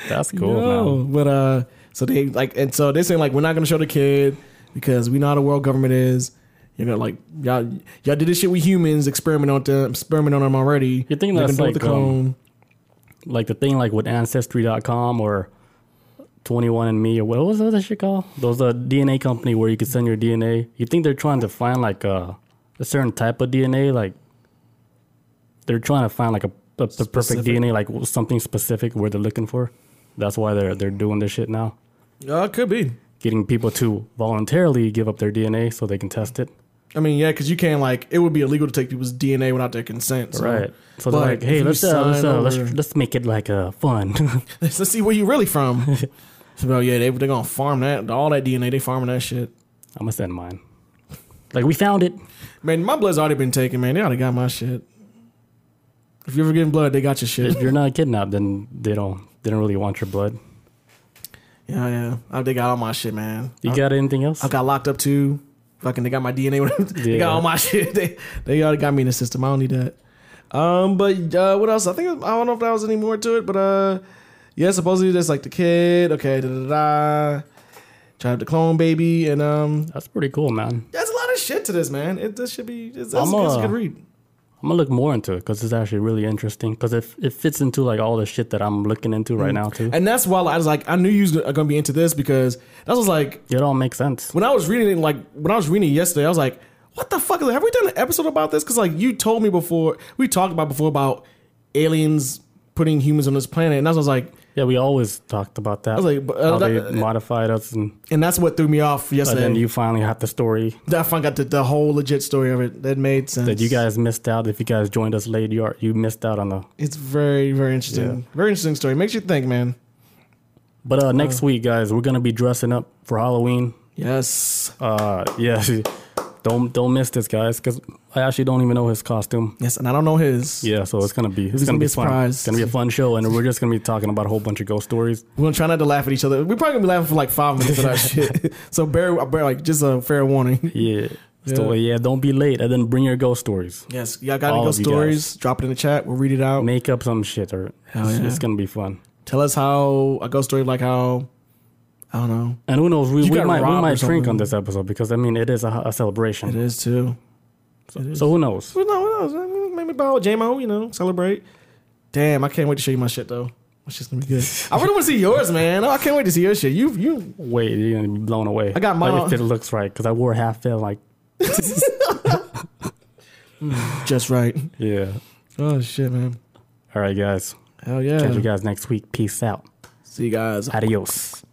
That's cool, No, man. but uh so they like and so they saying like we're not gonna show the kid because we know how the world government is you're gonna like y'all y'all did this shit with humans experiment on them experiment on them already You think They're that's gonna do it like, um, with the clone like the thing like with ancestry.com or 21andme or what was that shit called? Those uh, DNA company where you could send your DNA. You think they're trying to find like a, a certain type of DNA like they're trying to find like a, a the perfect Specific. DNA like something specific where they're looking for. That's why they're they're doing this shit now. Uh, it could be. Getting people to voluntarily give up their DNA so they can test it. I mean, yeah, because you can't like it would be illegal to take people's DNA without their consent. So. right. So they're but like, hey, if you let's uh, let's, sign uh, let's over- let's make it like uh, fun. [LAUGHS] [LAUGHS] Let's, let's see where you really from. so, well, yeah, they they're gonna farm that all that DNA. They farming that shit. I'm gonna send mine. Like we found it. Man, my blood's already been taken. Man, they already got my shit. If you ever getting blood, they got your [LAUGHS] shit. If you're not kidnapped, then they don't they don't really want your blood. yeah, yeah. I, they got all my shit, man. You got anything else? I got locked up too. Fucking, they got my DNA. [LAUGHS] they Yeah. got all my shit. They they already got me in the system. I don't need that. Um, but uh, what else? I think I don't know if that was any more to it, but uh, yeah, supposedly there's like the kid. Okay, da da da. Try the clone baby, and um, That's pretty cool, man. there's a lot of shit to this, man. It this should be. It's, it's, I'm, it's a uh, good read. I'm gonna look more into it because it's actually really interesting because it, it fits into like all the shit that I'm looking into right now too. Mm. And that's why I was like, I knew you was gonna be into this because that was like It all makes sense. when I was reading it, like when I was reading it yesterday, I was like, "What the fuck? Is Have we done an episode about this?" Because like you told me before, we talked about before about aliens putting humans on this planet, and I was like, Yeah, we always talked about that. was like, but, uh, how they that- modified us, and, and that's what threw me off and then yesterday. you finally have the story That I found out the, the whole legit story of it that made sense. that you guys missed out. If you guys joined us late, you are, you missed out on the. it's very very interesting, Yeah. very interesting story. Makes you think, man. But uh, next week, guys, we're gonna be dressing up for Halloween. Yes, Uh, [LAUGHS] yeah, don't don't miss this, guys, because I actually don't even know his costume. yes, and I don't know his. Yeah, so it's gonna be it's, gonna, gonna be, be a fun. surprise. It's gonna be a fun show, and we're just gonna be talking about a whole bunch of ghost stories. We're gonna try not to laugh at each other. We're probably gonna be laughing for like five minutes [LAUGHS] of that shit. So bear, bear, like just a fair warning. Yeah. So yeah, don't be late, and then bring your ghost stories. Yes, y'all got All any of ghost you stories? Drop it in the chat. We'll read it out. Make up some shit, or Hell it's, yeah. it's gonna be fun. Tell us how a ghost story like how I don't know. And who knows, we, You we got might we robbed or might drink something. on this episode because I mean it is a, a celebration. It is too. so, so who knows? But no, no, I mean, maybe about JMO, you know, celebrate. Damn, I can't wait to show you my shit though. My shit's gonna be good. I really want to see yours, man. Oh, I can't wait to see your shit. You, you. Wait, you're gonna be blown away. I got mine Like, if it on- looks right, because I wore half fill. Like Just right. yeah. Oh shit, man. All right, guys. Hell Catch yeah. you guys next week. Peace out. See you guys. Adios.